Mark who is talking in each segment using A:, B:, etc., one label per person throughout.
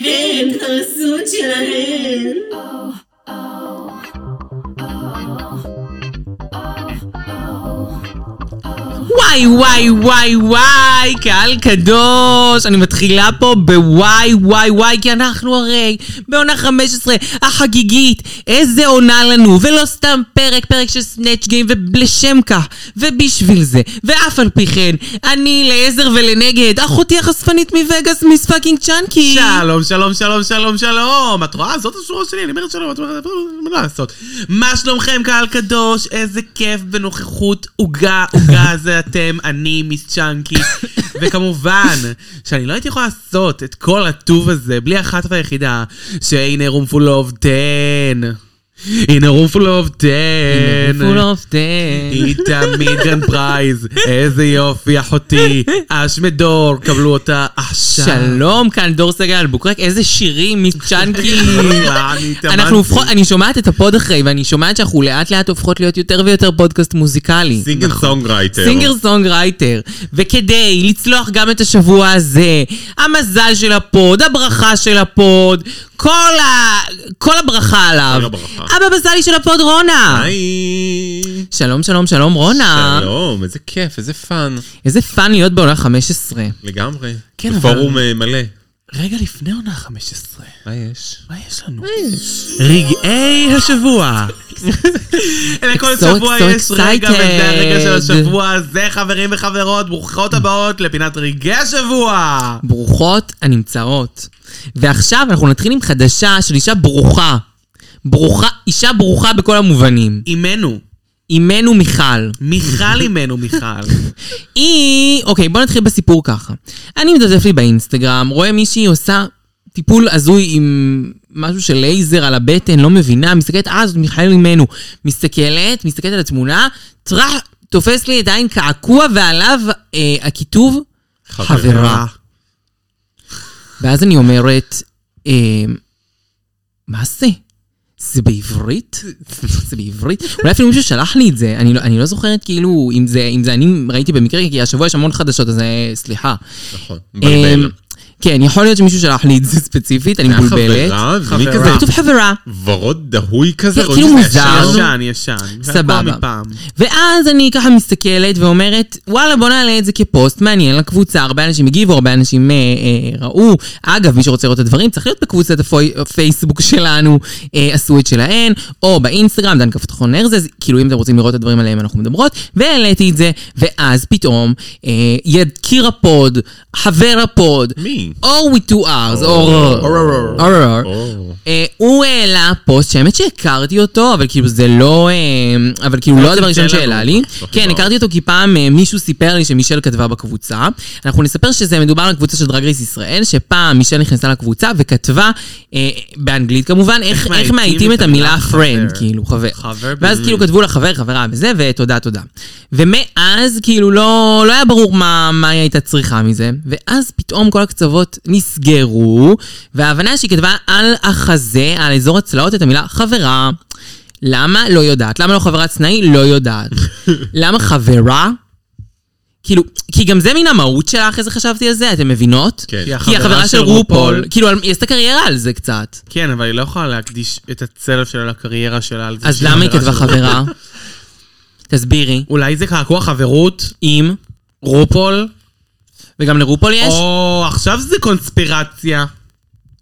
A: הן תעשו את שלהן.
B: וואי וואי וואי וואי, קהל קדוש, אני מתחילה פה בוואי וואי וואי, כי אנחנו הרי בעונה 15 החגיגית, איזה עונה לנו, ולא סתם פרק, פרק של סנאצ' גיים, ולשם כך, ובשביל זה, ואף על פי כן, אני לעזר ולנגד, אחותי החשפנית מווגאס, מיס פאקינג צ'אנקי.
C: שלום, שלום, שלום, שלום, שלום. את רואה? זאת השורה שלי, אני אומרת שלום, את אומרת, מה לעשות? מה שלומכם, קהל קדוש? איזה כיף בנוכחות עוגה, עוגה זה אתם, אני, מיס צ'אנקי. וכמובן, שאני לא הייתי יכולה לעשות את כל הטוב הזה בלי אחת והיחידה, שהנה רום פול אוף 10. הנה רום פול אוף 10.
B: full of dead.
C: היא תמיד גרנד פרייז, איזה יופי, אחותי. אש מדור, קבלו אותה עכשיו.
B: שלום, כאן דור סגל בוקרק, איזה שירים, מיס צ'אנקי.
C: אה,
B: אנחנו
C: אני התאמנתי.
B: הופכות, אני שומעת את הפוד אחרי, ואני שומעת שאנחנו לאט לאט הופכות להיות יותר ויותר פודקאסט מוזיקלי.
C: סינגל סונגרייטר.
B: סינגר סונג רייטר. וכדי לצלוח גם את השבוע הזה, המזל של הפוד, הברכה של הפוד, כל ה... כל הברכה עליו.
C: כל הברכה.
B: אבא בזלי של הפוד רונה.
C: היי.
B: שלום, שלום, שלום רונה.
C: אוקיי. שלום, איזה כיף, איזה פאן.
B: איזה פאן להיות בעונה 15.
C: לגמרי.
B: כן, אבל-
C: בפורום אה, מלא.
D: רגע לפני עונה 15,
C: מה יש?
D: מה יש לנו? רגעי השבוע.
C: לכל
B: so
C: שבוע
B: excited.
C: יש רגע, וזה הרגע של השבוע הזה, חברים וחברות, ברוכות הבאות לפינת רגעי השבוע.
B: ברוכות הנמצאות. ועכשיו אנחנו נתחיל עם חדשה של אישה ברוכה. ברוכה, אישה ברוכה בכל המובנים.
C: אימנו.
B: אימנו מיכל.
C: מיכל אימנו, מיכל.
B: היא... אוקיי, בוא נתחיל בסיפור ככה. אני מדפדף לי באינסטגרם, רואה מישהי עושה טיפול הזוי עם משהו של לייזר על הבטן, לא מבינה, מסתכלת, אה, זאת מיכאל ממנו. מסתכלת, מסתכלת על התמונה, טראח, תופס לי את העין קעקוע ועליו אה, הכיתוב חברה. ואז אני אומרת, אה, מה זה? זה בעברית? זה בעברית? אולי אפילו מישהו שלח לי את זה, אני לא, אני לא זוכרת כאילו אם זה, אם זה אני ראיתי במקרה, כי השבוע יש המון חדשות, אז אה, סליחה.
C: נכון.
B: אה, כן, יכול להיות שמישהו שלח לי את זה ספציפית, אני מבולבלת.
C: חברה,
B: זה כתוב חברה.
C: ורוד דהוי כזה?
B: כן, רואים כאילו שזה מוזר.
D: אה,
B: ישן.
C: ישן, ישן. זה
B: סבבה.
C: הכל מפעם.
B: ואז אני ככה מסתכלת ואומרת, וואלה, בוא נעלה את זה כפוסט מעניין לקבוצה, הרבה אנשים הגיבו, הרבה אנשים אה, אה, ראו. אגב, מי שרוצה לראות את הדברים, צריך להיות בקבוצת הפוי- הפייסבוק שלנו, אה, עשו את שלהן, או באינסטגרם, דן כפתחון ארזז, כאילו אם אתם רוצים לראות את הדברים עליהם אנחנו מדברות, והעליתי את זה, ואז פתאום, אה, יד קיר הפוד, חבר הפוד,
C: מי?
B: or with two R's,
C: אור,
B: or...
C: אור, אור.
B: or- or- אה, הוא העלה פוסט שהאמת שהכרתי אותו, אבל כאילו זה לא... אה, אבל כאילו לא הדבר הראשון
C: תן לנו.
B: שהעלה לי.
C: לא
B: כן,
C: חיברנו.
B: הכרתי אותו כי פעם אה, מישהו סיפר לי שמישל כתבה בקבוצה. אנחנו נספר שזה מדובר על קבוצה של דרג רייס ישראל, שפעם מישל נכנסה לקבוצה וכתבה, אה, באנגלית כמובן, איך- איך מאייתים את המילה friend,
C: חבר.
B: כאילו, חבר.
C: חבר
B: ואז כאילו כתבו לה חבר, חברה וזה, ותודה, תודה. ומאז כאילו לא, לא היה ברור מה, מה היא הייתה צריכה מזה, ואז פתאום כל הקצוות נסגרו, וההבנה שהיא כתבה על החזה, על אזור הצלעות, את המילה חברה. למה? לא יודעת. למה לא חברת סנאי? לא יודעת. למה חברה? כאילו, כי גם זה מן המהות שלה, אחרי זה חשבתי על זה, אתם מבינות?
C: כן.
B: כי היא החברה של רופול, כאילו, על- היא עשתה קריירה על זה קצת.
D: כן, אבל היא לא יכולה להקדיש את הצלב שלה לקריירה שלה על זה
B: אז
D: שהיא
B: למה היא
D: חברה
B: כתבה
D: של-
B: חברה? תסבירי.
D: אולי זה קעקוע חברות?
B: עם
D: רופול?
B: וגם לרופול יש?
D: או, עכשיו זה קונספירציה.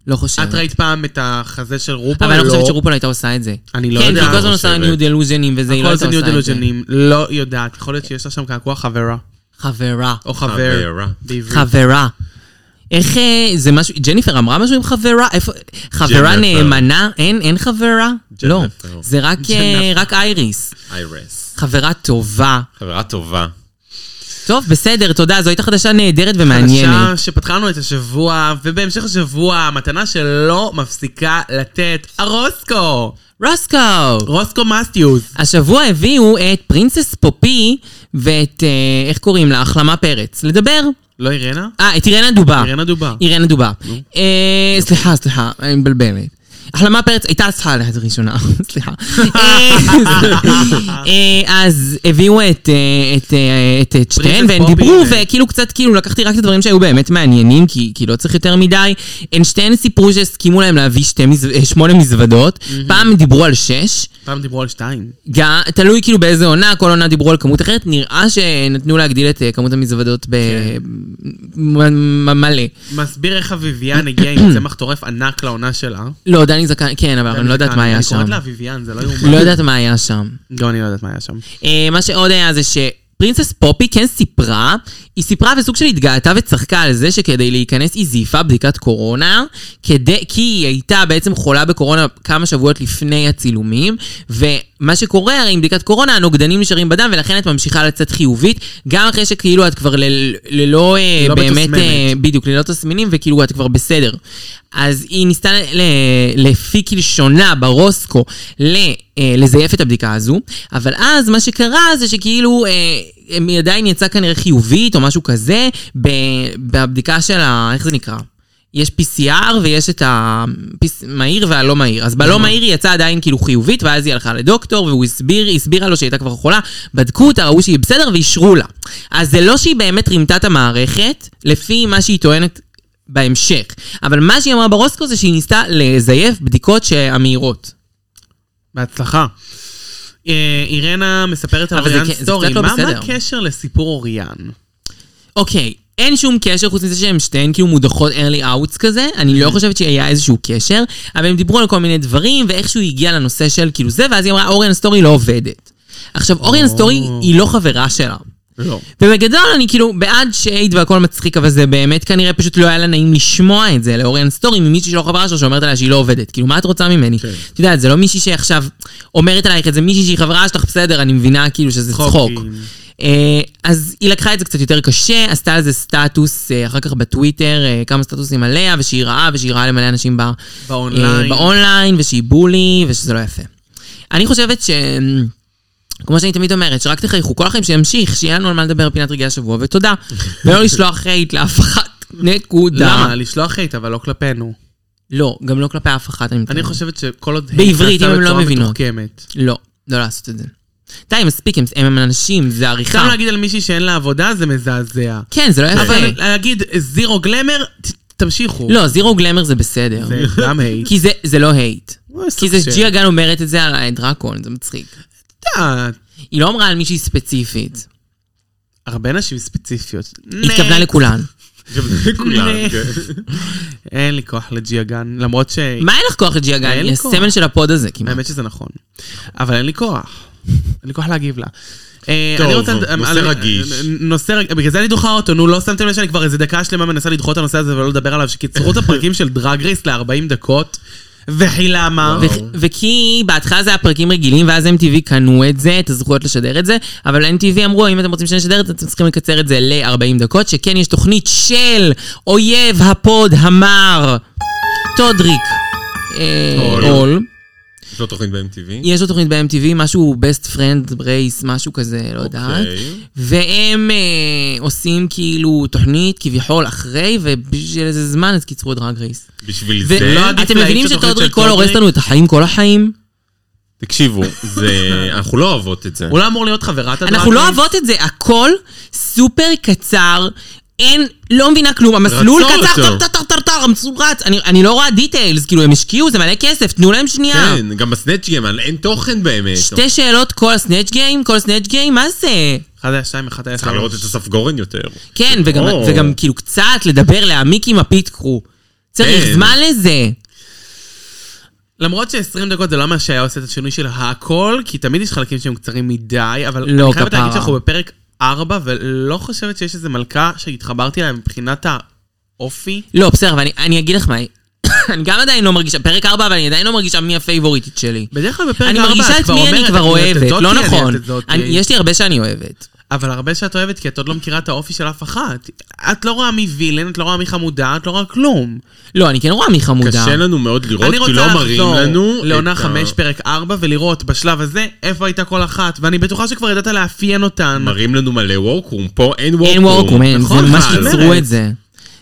B: לא חושבת.
D: את ראית פעם את החזה של רופול?
B: אבל אני לא חושבת
D: לא.
B: שרופול הייתה עושה את זה.
D: אני לא
B: כן,
D: יודע.
B: כי היא כל
C: לא
B: הזמן עושה
C: חושבת.
B: ניו דלוז'נים וזה, היא לא
D: כל
B: הייתה
D: זה ניו
B: עושה את זה.
D: דלוז'נים. לא יודעת. יכול להיות שיש לה שם קעקוע חברה.
B: חברה.
C: אוקיי.
D: או חבר.
C: חברה.
D: בעברית.
B: חברה. איך אה, זה משהו, ג'ניפר אמרה משהו עם חברה? איפה? חברה
C: ג'ניפר.
B: נאמנה? אין, אין חברה? לא.
C: ג'ניפר.
B: זה רק, אה, רק אייריס.
C: איירס.
B: חברה טובה.
C: חברה טובה.
B: טוב, בסדר, תודה, זו הייתה חדשה נהדרת ומעניינת.
D: חדשה שפתחנו את השבוע, ובהמשך השבוע, המתנה שלא מפסיקה לתת, הרוסקו!
B: רוסקו!
D: רוסקו מסטיוס.
B: השבוע הביאו את פרינסס פופי ואת, אה, איך קוראים לה? החלמה פרץ. לדבר.
D: לא אירנה?
B: אה, את אירנה דובה.
D: אירנה דובה.
B: אירנה דובה. אה, סליחה, סליחה, אני מבלבלת. החלמה פרץ הייתה צריכה ללכת ראשונה, סליחה. אה, אה, אז הביאו את, אה, את, אה, את, את שתיהן,
C: בריז'יט
B: והן
C: בובי
B: דיברו,
C: ו-
B: וכאילו קצת, כאילו לקחתי רק את הדברים שהיו באמת מעניינים, כי, כי לא צריך יותר מדי. הן שתיהן סיפרו שהסכימו להם להביא שתי מזו- אה, שמונה מזוודות, פעם דיברו על שש.
C: פעם דיברו על שתיים.
B: גם, תלוי כאילו באיזה עונה, כל עונה דיברו על כמות אחרת, נראה שנתנו להגדיל את אה, כמות המזוודות ב...
C: כן.
B: מ- מ- מלא.
C: מסביר איך אביביאן הגיעה עם צמח טורף ענק לעונה שלה.
B: לא, דני זקן, כן, אבל אני לא יודעת מה היה
C: אני
B: שם.
C: קוראת לה אביביאן, זה לא יאומן.
B: לא יודעת מה היה שם.
C: גם אני לא יודעת מה היה שם.
B: אה, מה שעוד היה זה שפרינסס פופי כן סיפרה, היא סיפרה וסוג של התגאתה וצחקה על זה שכדי להיכנס היא זייפה בדיקת קורונה, כדי, כי היא הייתה בעצם חולה בקורונה כמה שבועות לפני הצילומים, ומה שקורה הרי עם בדיקת קורונה, הנוגדנים נשארים בדם ולכן את ממשיכה לצאת חיובית, גם אחרי שכאילו את כבר ל- ללא אה,
C: לא
B: באמת...
C: מתסמנת.
B: אה, בדיוק, ללא תסמינים, וכאילו את כבר בסדר. אז היא ניסתה ל- ל- לפי כלשונה ברוסקו ל- אה, לזייף את הבדיקה הזו, אבל אז מה שקרה זה שכאילו... אה, היא עדיין יצאה כנראה חיובית או משהו כזה, ב- בבדיקה של ה... איך זה נקרא? יש PCR ויש את המהיר והלא מהיר. אז בלא מהיר היא יצאה עדיין כאילו חיובית, ואז היא הלכה לדוקטור, והוא הסביר, היא הסבירה לו שהיא הייתה כבר חולה, בדקו אותה, ראו שהיא בסדר ואישרו לה. אז זה לא שהיא באמת רימתה את המערכת, לפי מה שהיא טוענת בהמשך. אבל מה שהיא אמרה ברוסקו זה שהיא ניסתה לזייף בדיקות שהמהירות.
C: בהצלחה. אה, אירנה מספרת על
B: אבל זה
C: אוריאן
B: כן- זה
C: סטורי.
B: קצת לא
C: מה מה
B: בסדר.
C: הקשר לסיפור אוריאן?
B: אוקיי, אין שום קשר חוץ מזה שהן שתיהן כאילו מודחות early outs כזה, אני לא חושבת שהיה איזשהו קשר, אבל הם דיברו על כל מיני דברים, ואיכשהו היא הגיעה לנושא של כאילו זה, ואז היא אמרה, אוריאן סטורי לא עובדת. עכשיו, אוריאן סטורי היא לא חברה שלה.
C: לא.
B: ובגדול אני כאילו בעד שייד והכל מצחיק, אבל זה באמת כנראה פשוט לא היה לה נעים לשמוע את זה לאוריאן סטורי ממישהי שלא חברה שלה שאומרת עליה שהיא לא עובדת. כאילו, מה את רוצה ממני? כן. את יודעת, זה לא מישהי שעכשיו אומרת עלייך את זה, מישהי שהיא חברה שלך, בסדר, אני מבינה כאילו שזה צחוק.
C: צחוקים.
B: אה, אז היא לקחה את זה קצת יותר קשה, עשתה על זה סטטוס אה, אחר כך בטוויטר, אה, כמה סטטוסים עליה, ושהיא רעה, ושהיא רעה למלא אנשים ב,
C: באונליין.
B: אה, באונליין, ושהיא בולי, ושזה לא יפה. אני חושבת ש... כמו שאני תמיד אומרת, שרק תחייכו כל החיים שימשיך, שיהיה לנו על מה לדבר פינת רגעי השבוע, ותודה. ולא לשלוח חייט לאף אחת, נקודה.
C: למה? לשלוח חייט, אבל לא כלפינו.
B: לא, גם לא כלפי אף אחת, אני מתכוון.
C: אני חושבת שכל עוד... hate
B: בעברית,
C: נעשה
B: אם הם לא
C: בצורה
B: מבינות.
C: מתוחכמת.
B: לא, לא לעשות את זה. די, מספיק, הם- הם אנשים, זה
C: סתם
B: עריכה.
C: להגיד על מישהי שאין לה עבודה זה מזעזע.
B: כן, זה לא
C: אבל
B: יפה.
C: להגיד זירו גלמר, ת- תמשיכו.
B: לא, זירו גלמר זה בסדר.
C: זה גם הייט.
B: כי זה- זה לא הייט.
C: זה סוג
B: כי זה
C: של-
B: ג'יה גן אומרת את זה על אה, דרקון, זה מצחיק.
C: יודעת,
B: היא לא אמרה על מישהי ספציפית.
C: הרבה נשים ספציפיות.
B: היא התכוונה לכולן.
D: גם לכולם, כן.
C: אין לי כוח לג'יה גן, למרות ש...
D: לא.
B: מה אין לך כוח לג'יה גן?
C: אין לי
B: היא
C: כוח.
B: הסמל של הפוד הזה כמעט.
C: האמת שזה נכון. אבל אין לי כוח. אין לי כוח להגיב לה. אה,
D: טוב,
C: אני רוצה-
D: נושא
C: על-
D: רגיש.
C: נושא רגיש. בגלל זה אני דוחה אותו, נו, לא שמתם לב שאני כבר איזה דקה שלמה מנסה לדחות את הנושא הזה ולא לדבר עליו, שקיצרו את הפרקים של דרג רייס ל-40 דקות, וכי למה?
B: וכי- וכי בהתחלה זה היה פרקים רגילים, ואז MTV קנו את זה, את הזכויות לשדר את זה, אבל MTV אמרו, אם אתם רוצים שנשדר את זה, אתם צריכים לקצר את זה ל-40 דקות, שכן יש תוכנית של אויב הפוד המר, טודריק. אה,
D: אול.
B: אול.
D: יש לו תוכנית ב-MTV.
B: יש לו תוכנית ב-MTV, משהו best friend race, משהו כזה, לא
D: אוקיי.
B: יודעת. והם אה, עושים כאילו תוכנית כביכול אחרי, ובשביל איזה זמן אז קיצרו את דרג רייס.
D: בשביל
B: ו-
D: זה,
C: לא- עדיף
B: אתם
C: להעיף
B: מבינים
C: את התוכנית
B: שטודריק
C: של
B: קול הורס
C: טודריק?
B: לנו את החיים כל החיים?
D: תקשיבו, זה- אנחנו לא אוהבות את זה.
C: הוא לא אמור להיות חברת הדרג
B: אנחנו לא
C: רייס?
B: אוהבות את זה, הכל סופר קצר. אין, לא מבינה כלום, המסלול
D: רצו
B: קצר, טר טר
D: אותו.
B: טר טר טר, המסלול רץ, אני- אני לא רואה דיטיילס, כאילו הם השקיעו, זה מלא כסף, תנו להם שנייה.
D: כן, גם בסנאצ' גיים, אין תוכן באמת.
B: שתי שאלות כל הסנאצ' גיים, כל הסנאצ' גיים, מה זה?
C: אחד היה שתיים, אחד היה
D: צריכה לראות את
C: שלוש.
D: אסף גורן יותר.
B: כן, וגם,
D: או.
B: וגם כאילו קצת לדבר, להעמיק עם הפיט קרו. צריך
D: כן.
B: זמן לזה.
C: למרות ש-20 דקות זה לא מה שהיה עושה את השינוי של הכל, כי תמיד יש חלקים שהם קצרים מדי, אבל
B: לא,
C: אני חייבת
B: כפרה.
C: להגיד שאנחנו בפרק 4, ולא חושבת שיש איזה מלכה שהתחברתי אליה מבחינת האופי.
B: לא, בסדר, אבל אני, אני אגיד לך מה, אני גם עדיין לא מרגישה, פרק 4, אבל אני עדיין לא מרגישה מי הפייבוריטית שלי.
C: בדרך כלל בפרק
B: אני
C: 4
B: מרגישה את מי אני כבר אוהבת, לא נכון. אני-
C: יש...
B: יש לי הרבה שאני אוהבת.
C: אבל הרבה שאת אוהבת, כי את עוד לא מכירה את האופי של אף אחת. את לא רואה מי וילן, את לא רואה מי חמודה, את לא רואה כלום.
B: לא, אני כן רואה מי חמודה.
D: קשה לנו מאוד לראות,
C: אני
D: כי
C: רוצה
D: לא מראים
C: לחזור
D: לנו...
C: לעונה
D: את ה-
C: 5, פרק 4, ולראות בשלב הזה איפה הייתה כל אחת, ואני בטוחה שכבר ידעת לאפיין אותן.
D: מראים לנו מלא וורקרום, פה אין וורקרום. אה,
B: אין וורקרום, אין, זה
C: נכון,
B: ממש
C: אבל-
B: ייצרו את זה.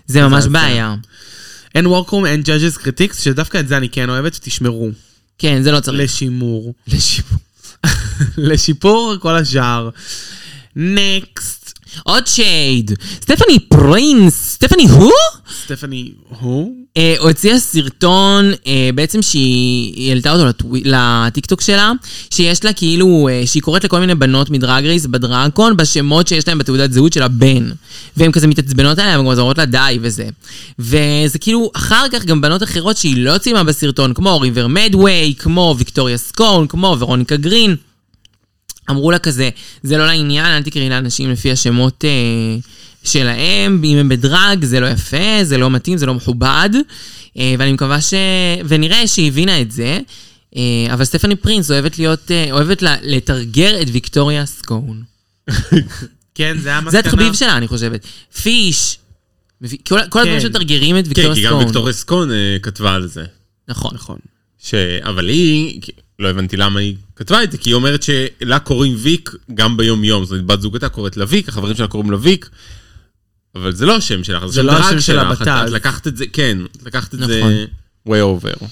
B: זה ממש בעיה.
C: אין וורקרום, אין judges critics, שדווקא את זה אני כן אוהבת, שתשמרו.
B: כן, זה לא צריך.
C: לשימור.
B: לשיפור.
C: לשיפור כל השאר. נקסט.
B: עוד שייד. סטפני פרינס. סטפני הו?
C: סטפני, הוא?
B: אה, הוא הוציאה סרטון, אה, בעצם שהיא היא העלתה אותו לטוו- לטיקטוק שלה, שיש לה כאילו, אה, שהיא קוראת לכל מיני בנות מדרג רייס בדרגקון, בשמות שיש להם בתעודת זהות של הבן. והן כזה מתעצבנות עליה, והן גם אומרות לה די וזה. וזה כאילו, אחר כך גם בנות אחרות שהיא לא ציימה בסרטון, כמו ריבר מדווי, כמו ויקטוריה סקון, כמו ורוניקה גרין. אמרו לה כזה, זה לא לעניין, אל תקראי לאנשים לפי השמות אה, שלהם, אם הם בדרג, זה לא יפה, זה לא מתאים, זה לא מכובד. אה, ואני מקווה ש... ונראה שהיא הבינה את זה. אה, אבל סטפני פרינס אוהבת להיות, אה, אוהבת לה, לתרגר את ויקטוריה סקון.
C: כן, זה המסקנה.
B: זה התחביב שלה, אני חושבת. פיש, מביא- כל, כל הדברים
C: כן.
B: שמתרגרים את
D: כן,
B: ויקטוריה
D: כי
B: סקון.
D: גם ויקטוריה סקון אה, כתבה על זה.
B: נכון.
C: נכון.
D: ש... אבל היא, כי- לא הבנתי למה היא כתבה את זה, כי היא אומרת שלה קוראים ויק גם ביום-יום. זאת אומרת, בת זוגתה קוראת לה ויק, החברים שלה קוראים לה ויק, אבל זה לא השם שלך,
C: זה
D: שם
C: לא
D: דרג
C: השם של
D: שלך,
C: הבת,
D: את- את
C: אז-
D: לקחת את זה, כן, את לקחת את זה
B: נכון.
D: way over.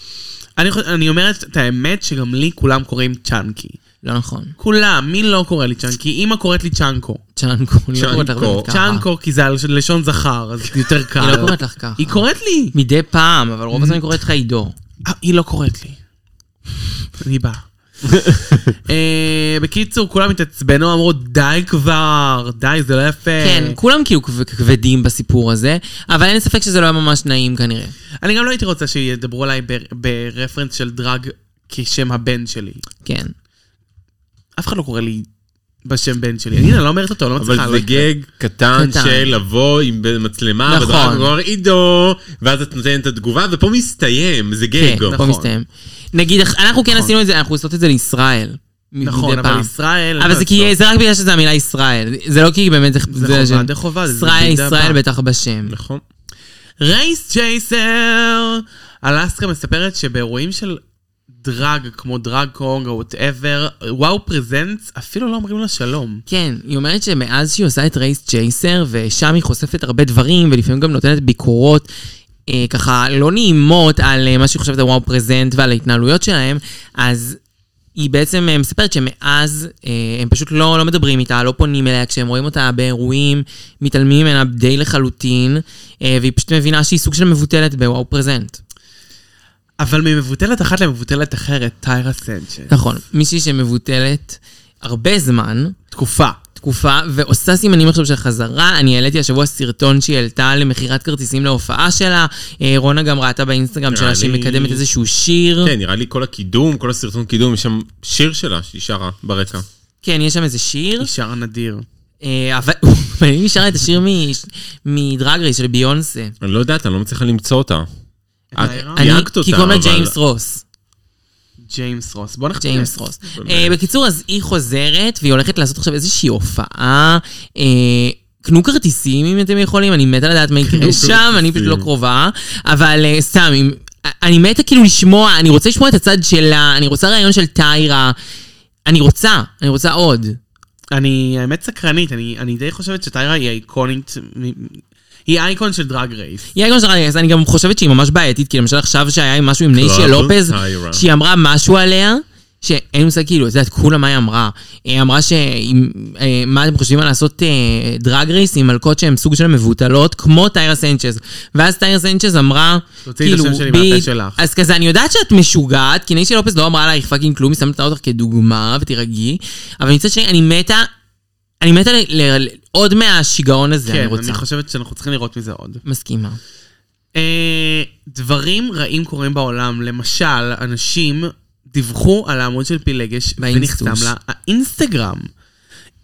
C: אני, חוש- אני אומרת את האמת שגם לי כולם קוראים צ'אנקי.
B: לא נכון.
C: כולם, מי לא קורא לי צ'אנקי? אימא קוראת לי צ'אנקו.
B: צ'אנקו, היא לא קוראת לך
D: צ'אנקו.
B: באמת ככה.
C: צ'אנקו כי זה על- לשון זכר, אז יותר קל.
B: היא לא קוראת לך ככה.
C: היא קוראת לי.
B: מדי פעם, אבל רוב הזמן היא קוראת לך עידו.
C: אה, היא לא קוראת לי. אני בא. אה, בקיצור, כולם התעצבנו, אמרו, די כבר, די, זה לא יפה.
B: כן, כולם כאילו כב- כבדים בסיפור הזה, אבל אין ספק שזה לא היה ממש נעים כנראה.
C: אני גם לא הייתי רוצה שידברו עליי בר- ברפרנס של דרג כשם הבן שלי.
B: כן.
C: אף אחד לא קורא לי בשם בן שלי. הנה, אני לא אומרת אותו, לא מצליחה.
D: אבל
C: לא-
D: זה גג קטן
B: קטן.
D: של לבוא עם מצלמה,
B: נכון.
D: בדרג ואומר עידו, ואז את נותנת את התגובה, ופה מסתיים, זה
B: כן,
D: גג.
C: נכון.
B: פה מסתיים. נגיד, אח- אנחנו כן עשינו את זה, אנחנו עושות את זה לישראל. מ-
C: נכון,
B: מדי
C: אבל
B: פעם.
C: ישראל...
B: אבל זה כי זה רק בגלל שזה המילה ישראל. זה לא כי באמת זה...
C: זה
B: זה
C: חובה,
B: השם.
C: זה חובה, זה
B: ישראל,
C: בידי
B: ישראל
C: הבא.
B: בטח בשם.
D: נכון.
C: רייס צ'ייסר! אלסקה מספרת שבאירועים של דרג, כמו דרג קונג או וואטאבר, וואו פרזנטס, אפילו לא אומרים לה שלום.
B: כן, היא אומרת שמאז שהיא עושה את רייס צ'ייסר, ושם היא חושפת הרבה דברים, ולפעמים גם נותנת ביקורות אה, ככה לא נעימות על אה, מה שהיא חושבת על וואו פרזנט ועל ההתנהלויות שלהם, אז היא בעצם אה, מספרת שמאז אה, הם פשוט לא, לא מדברים איתה, לא פונים אליה, כשהם רואים אותה באירועים, מתעלמים ממנה די לחלוטין, אה, והיא פשוט מבינה שהיא סוג של מבוטלת בוואו פרזנט.
C: אבל ממבוטלת אחת למבוטלת אחרת, טיירה סנצ'ס.
B: נכון, מישהי שמבוטלת הרבה זמן,
C: תקופה.
B: תקופה, ועושה סימנים עכשיו של חזרה. אני העליתי השבוע סרטון שהיא העלתה למכירת כרטיסים להופעה שלה. אה, רונה גם ראתה באינסטגרם שלה
D: נראה
B: שהיא
D: לי-
B: מקדמת איזשהו שיר.
D: כן, נראה לי כל הקידום, כל הסרטון קידום, יש שם שיר שלה שהיא שרה ברקע.
B: כן, יש שם איזה שיר.
C: היא שרה נדיר.
B: אה, אבל אבל היא שרה את השיר מ- מדרג רייס של ביונסה.
D: אני לא יודעת, אני לא מצליחה למצוא אותה. את
B: אה,
C: נערה?
B: אני-
D: תייגת אותה,
B: כי קוראים לה
D: אבל-
B: ג'יימס רוס.
C: ג'יימס רוס. בוא נחפש.
B: ג'יימס רוס.
D: באמת.
B: אה, בקיצור, אז היא חוזרת, והיא הולכת לעשות עכשיו איזושהי הופעה. אה, קנו כרטיסים אם אתם יכולים, אני מתה לדעת מה יקרה שם, אני פשוט לא קרובה. אבל אה, סתם, אם- אני מתה כאילו לשמוע, אני רוצה לשמוע את הצד שלה, אני רוצה רעיון של טיירה. אני רוצה, אני רוצה עוד.
C: אני האמת סקרנית, אני אני די חושבת שטיירה היא אייקונית, מ- היא אייקון של דרג רייס.
B: היא גם שרה, אז אני גם חושבת שהיא ממש בעייתית, כי למשל עכשיו שהיה עם משהו עם ניישיה
D: קרב
B: לופז,
D: טיירה.
B: שהיא אמרה משהו עליה, שאין לי מושג כאילו, את יודעת, כולה מה היא אמרה. היא אמרה ש... אה, מה אתם חושבים על לעשות אה, דרג רייס עם מלכות שהן סוג של מבוטלות, כמו טיירה סנצ'ז. ואז טיירה סנצ'ז אמרה, כאילו,
C: תוציאי את השם שלי מהפה שלך.
B: אז כזה, אני יודעת שאת משוגעת, כי ניישיה לופז לא אמרה עלייך פאקינג כלום, היא שמתה אותך כדוגמה, ותירגעי. אבל מצד שני, אני מתה... אני מתה ל- ל- ל- עוד מהשיגעון הזה, אני
C: כן,
B: רוצה.
C: אני חושבת שאנחנו צריכים לראות מזה עוד.
B: מסכימה.
C: אה, דברים רעים קורים בעולם, למשל, אנשים דיווחו על העמוד של פילגש,
B: באינסטוש.
C: ונחתם לה האינסטגרם.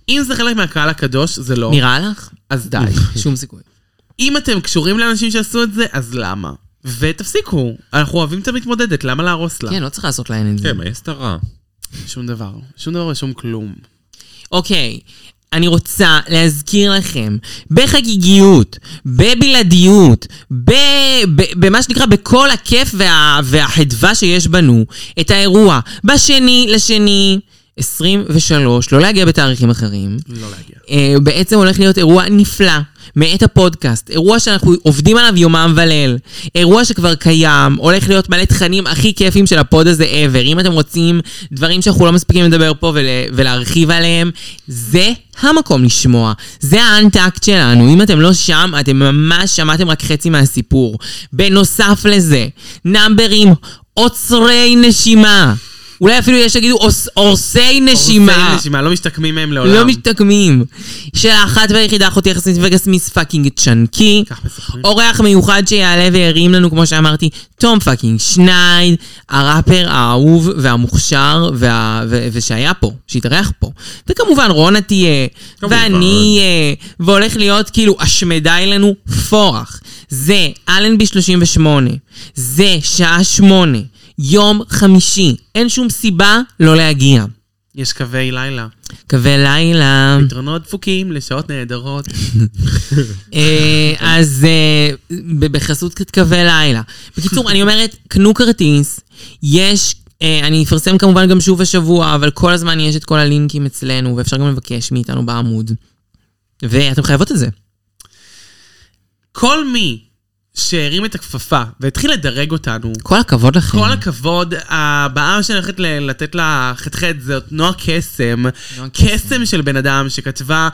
C: אם זה חלק מהקהל הקדוש, זה לא.
B: נראה לך?
C: אז די.
B: שום סיכוי.
C: אם אתם קשורים לאנשים שעשו את זה, אז למה? ותפסיקו, אנחנו אוהבים את המתמודדת, למה להרוס לה?
B: כן, לא צריך לעשות להן את זה.
D: כן, מה יש את הרע?
C: שום דבר. שום דבר ושום כלום.
B: אוקיי, אני רוצה להזכיר לכם, בחגיגיות, בבלעדיות, ב- ב- במה שנקרא, בכל הכיף וה- והחדווה שיש בנו, את האירוע בשני לשני. 23, לא להגיע בתאריכים אחרים.
C: לא להגיע.
B: אה, בעצם הולך להיות אירוע נפלא. מאת הפודקאסט, אירוע שאנחנו עובדים עליו יומם וליל, אירוע שכבר קיים, הולך להיות מלא תכנים הכי כיפים של הפוד הזה ever. אם אתם רוצים דברים שאנחנו לא מספיקים לדבר פה ול, ולהרחיב עליהם, זה המקום לשמוע. זה האנטקט שלנו. אם אתם לא שם, אתם ממש שמעתם רק חצי מהסיפור. בנוסף לזה, נאמברים עוצרי נשימה. אולי אפילו יש שיגידו עוס- עורסי נשימה.
C: עושה נשימה, לא משתקמים מהם לעולם.
B: לא משתקמים. של האחת והיחידה אחותי יחסית וגס מיס פאקינג צ'אנקי.
C: כך מספרים.
B: אורח מיוחד שיעלה וירים לנו, כמו שאמרתי, תום פאקינג שנייד, הראפר האהוב והמוכשר וה... ו... ושהיה פה, שהתארח פה. וכמובן רונה תהיה,
D: כמובן.
B: ואני אהיה, והולך להיות כאילו השמדה אלינו פורח. זה אלנבי 38, זה שעה שמונה, יום חמישי, אין שום סיבה לא להגיע.
C: יש קווי לילה.
B: קווי לילה.
C: פתרונות דפוקים לשעות נהדרות.
B: אה, אז אה, ב- בחסות קווי לילה. בקיצור, אני אומרת, קנו כרטיס, יש, אה, אני אפרסם כמובן גם שוב השבוע, אבל כל הזמן יש את כל הלינקים אצלנו, ואפשר גם לבקש מאיתנו בעמוד. ואתם חייבות את זה.
C: כל מי שהרים את הכפפה והתחיל לדרג אותנו,
B: כל הכבוד לכם.
C: כל הכבוד, הבאה שאני הולכת ל- לתת לה חתחת זאת נועה קסם. קסם של בן אדם שכתבה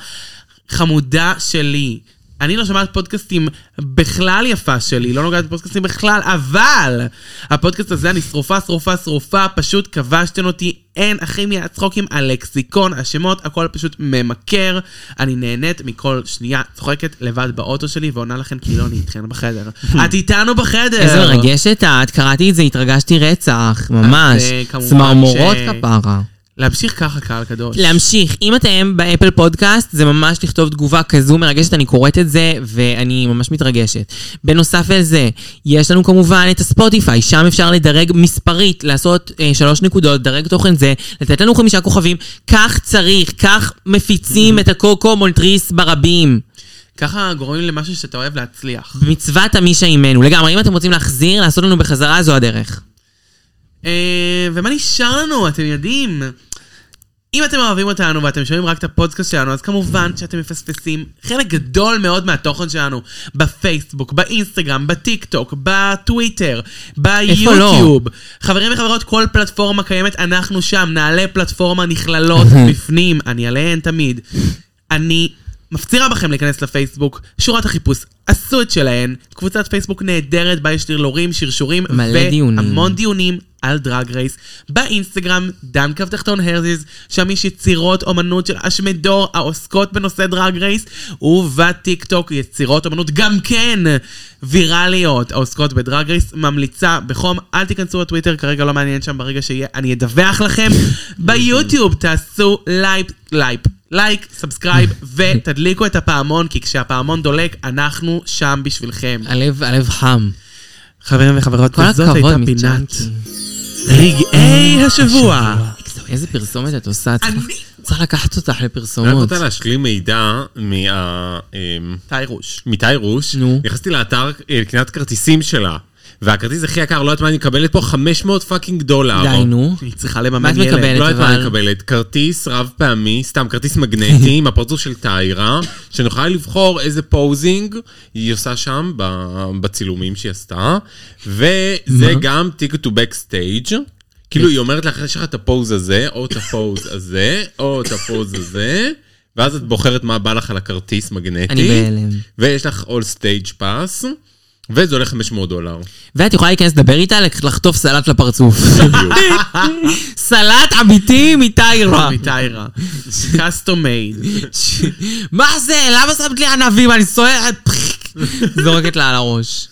C: חמודה שלי. אני לא שומעת פודקאסטים בכלל יפה שלי, לא נוגעת בפודקאסטים בכלל, אבל הפודקאסט הזה, אני שרופה, שרופה, שרופה, פשוט כבשתן אותי, אין הכי מהצחוקים, הלקסיקון, השמות, הכל פשוט ממכר. אני נהנית מכל שנייה, צוחקת לבד באוטו שלי ועונה לכם כאילו אני איתכם בחדר. את איתנו בחדר!
B: איזה מרגשת את, קראתי את זה, התרגשתי רצח, ממש.
C: אה, כמובן
B: צמרמורות
C: ש-
B: כפרה.
C: להמשיך ככה, קהל קדוש.
B: להמשיך, אם אתם באפל פודקאסט, זה ממש לכתוב תגובה כזו מרגשת, אני קוראת את זה, ואני ממש מתרגשת. בנוסף לזה, יש לנו כמובן את הספוטיפיי, שם אפשר לדרג מספרית, לעשות אה, שלוש נקודות, דרג תוכן זה, לתת לנו חמישה כוכבים, כך צריך, כך מפיצים את הקוקו מולטריס ברבים.
C: ככה גורמים למשהו שאתה אוהב להצליח.
B: מצוות המישה עימנו, לגמרי, אם אתם רוצים להחזיר, לעשות לנו בחזרה, זו הדרך.
C: אה, ומה נשאר לנו, אתם יודעים? אם אתם אוהבים אותנו ואתם שומעים רק את הפודקאסט שלנו, אז כמובן שאתם מפספסים חלק גדול מאוד מהתוכן שלנו בפייסבוק, באינסטגרם, בטיק טוק, בטוויטר,
B: לא?
C: ביוטיוב. חברים וחברות, כל פלטפורמה קיימת, אנחנו שם, נעלי פלטפורמה נכללות בפנים, אני עליהן תמיד. אני מפצירה בכם להיכנס לפייסבוק, שורת החיפוש עשו את שלהן, קבוצת פייסבוק נהדרת, בה יש טרלורים, שרשורים,
B: מלא דיונים.
C: והמון דיונים על דרג רייס באינסטגרם, דן קו תחתון הרזיז, שם יש יצירות אומנות של אשמדור העוסקות בנושא דרג רייס, ובטיקטוק יצירות אומנות גם כן ויראליות העוסקות בדרג רייס, ממליצה בחום, אל תיכנסו לטוויטר, כרגע לא מעניין שם ברגע שיהיה, אני אדווח לכם. ביוטיוב תעשו לייפ, לייפ. לייק, סאבסקרייב ותדליקו את הפעמון, כי כשהפעמון דולק, אנחנו שם בשבילכם.
B: הלב, הלב חם.
C: חברים וחברות,
B: כל
C: וזאת
B: הכבוד,
C: הייתה
B: מצ'אנקי.
C: פינת רגעי
B: אה,
C: השבוע.
B: איזה פרסומת את עושה, צריך-
C: אני-
B: צריך לקחת אותך
D: אני רק
B: לפרסומות.
D: רוצה להשלים מידע מה... אמ,
C: תיירוש.
D: מיטל רוש,
B: נו.
D: נכנסתי לאתר אה, לקניית כרטיסים שלה, והכרטיס הכי יקר, לא יודעת מה אני מקבלת פה, 500 פאקינג דולר.
B: די, נו.
C: היא צריכה לממן
B: אה. מה את
C: ילד.
B: מקבלת?
D: לא יודעת מה
B: אבל-
D: אני מקבלת, כרטיס רב פעמי, סתם כרטיס מגנטי עם הפרצוף של טיירה, שנוכל לבחור איזה פוזינג היא עושה שם ב- בצילומים שהיא עשתה, וזה גם טיקט טו בקסטייג'.
B: כן.
D: כאילו היא אומרת לך, יש לך את הפוז הזה, או את הפוז הזה, או את הפוז הזה, ואז את בוחרת מה בא לך על הכרטיס מגנטי.
B: אני בהלם.
D: ויש לך All Stage Pass, וזה עולה 500 דולר.
B: ואת יכולה להיכנס לדבר איתה, לק- לחטוף סלט לפרצוף. סלט אמיתי
C: לא,
B: מטיירה.
C: מטיירה. קאסטום מייד.
B: מה זה? למה שמת לי ענבים? אני סוערת... זורקת לה על הראש.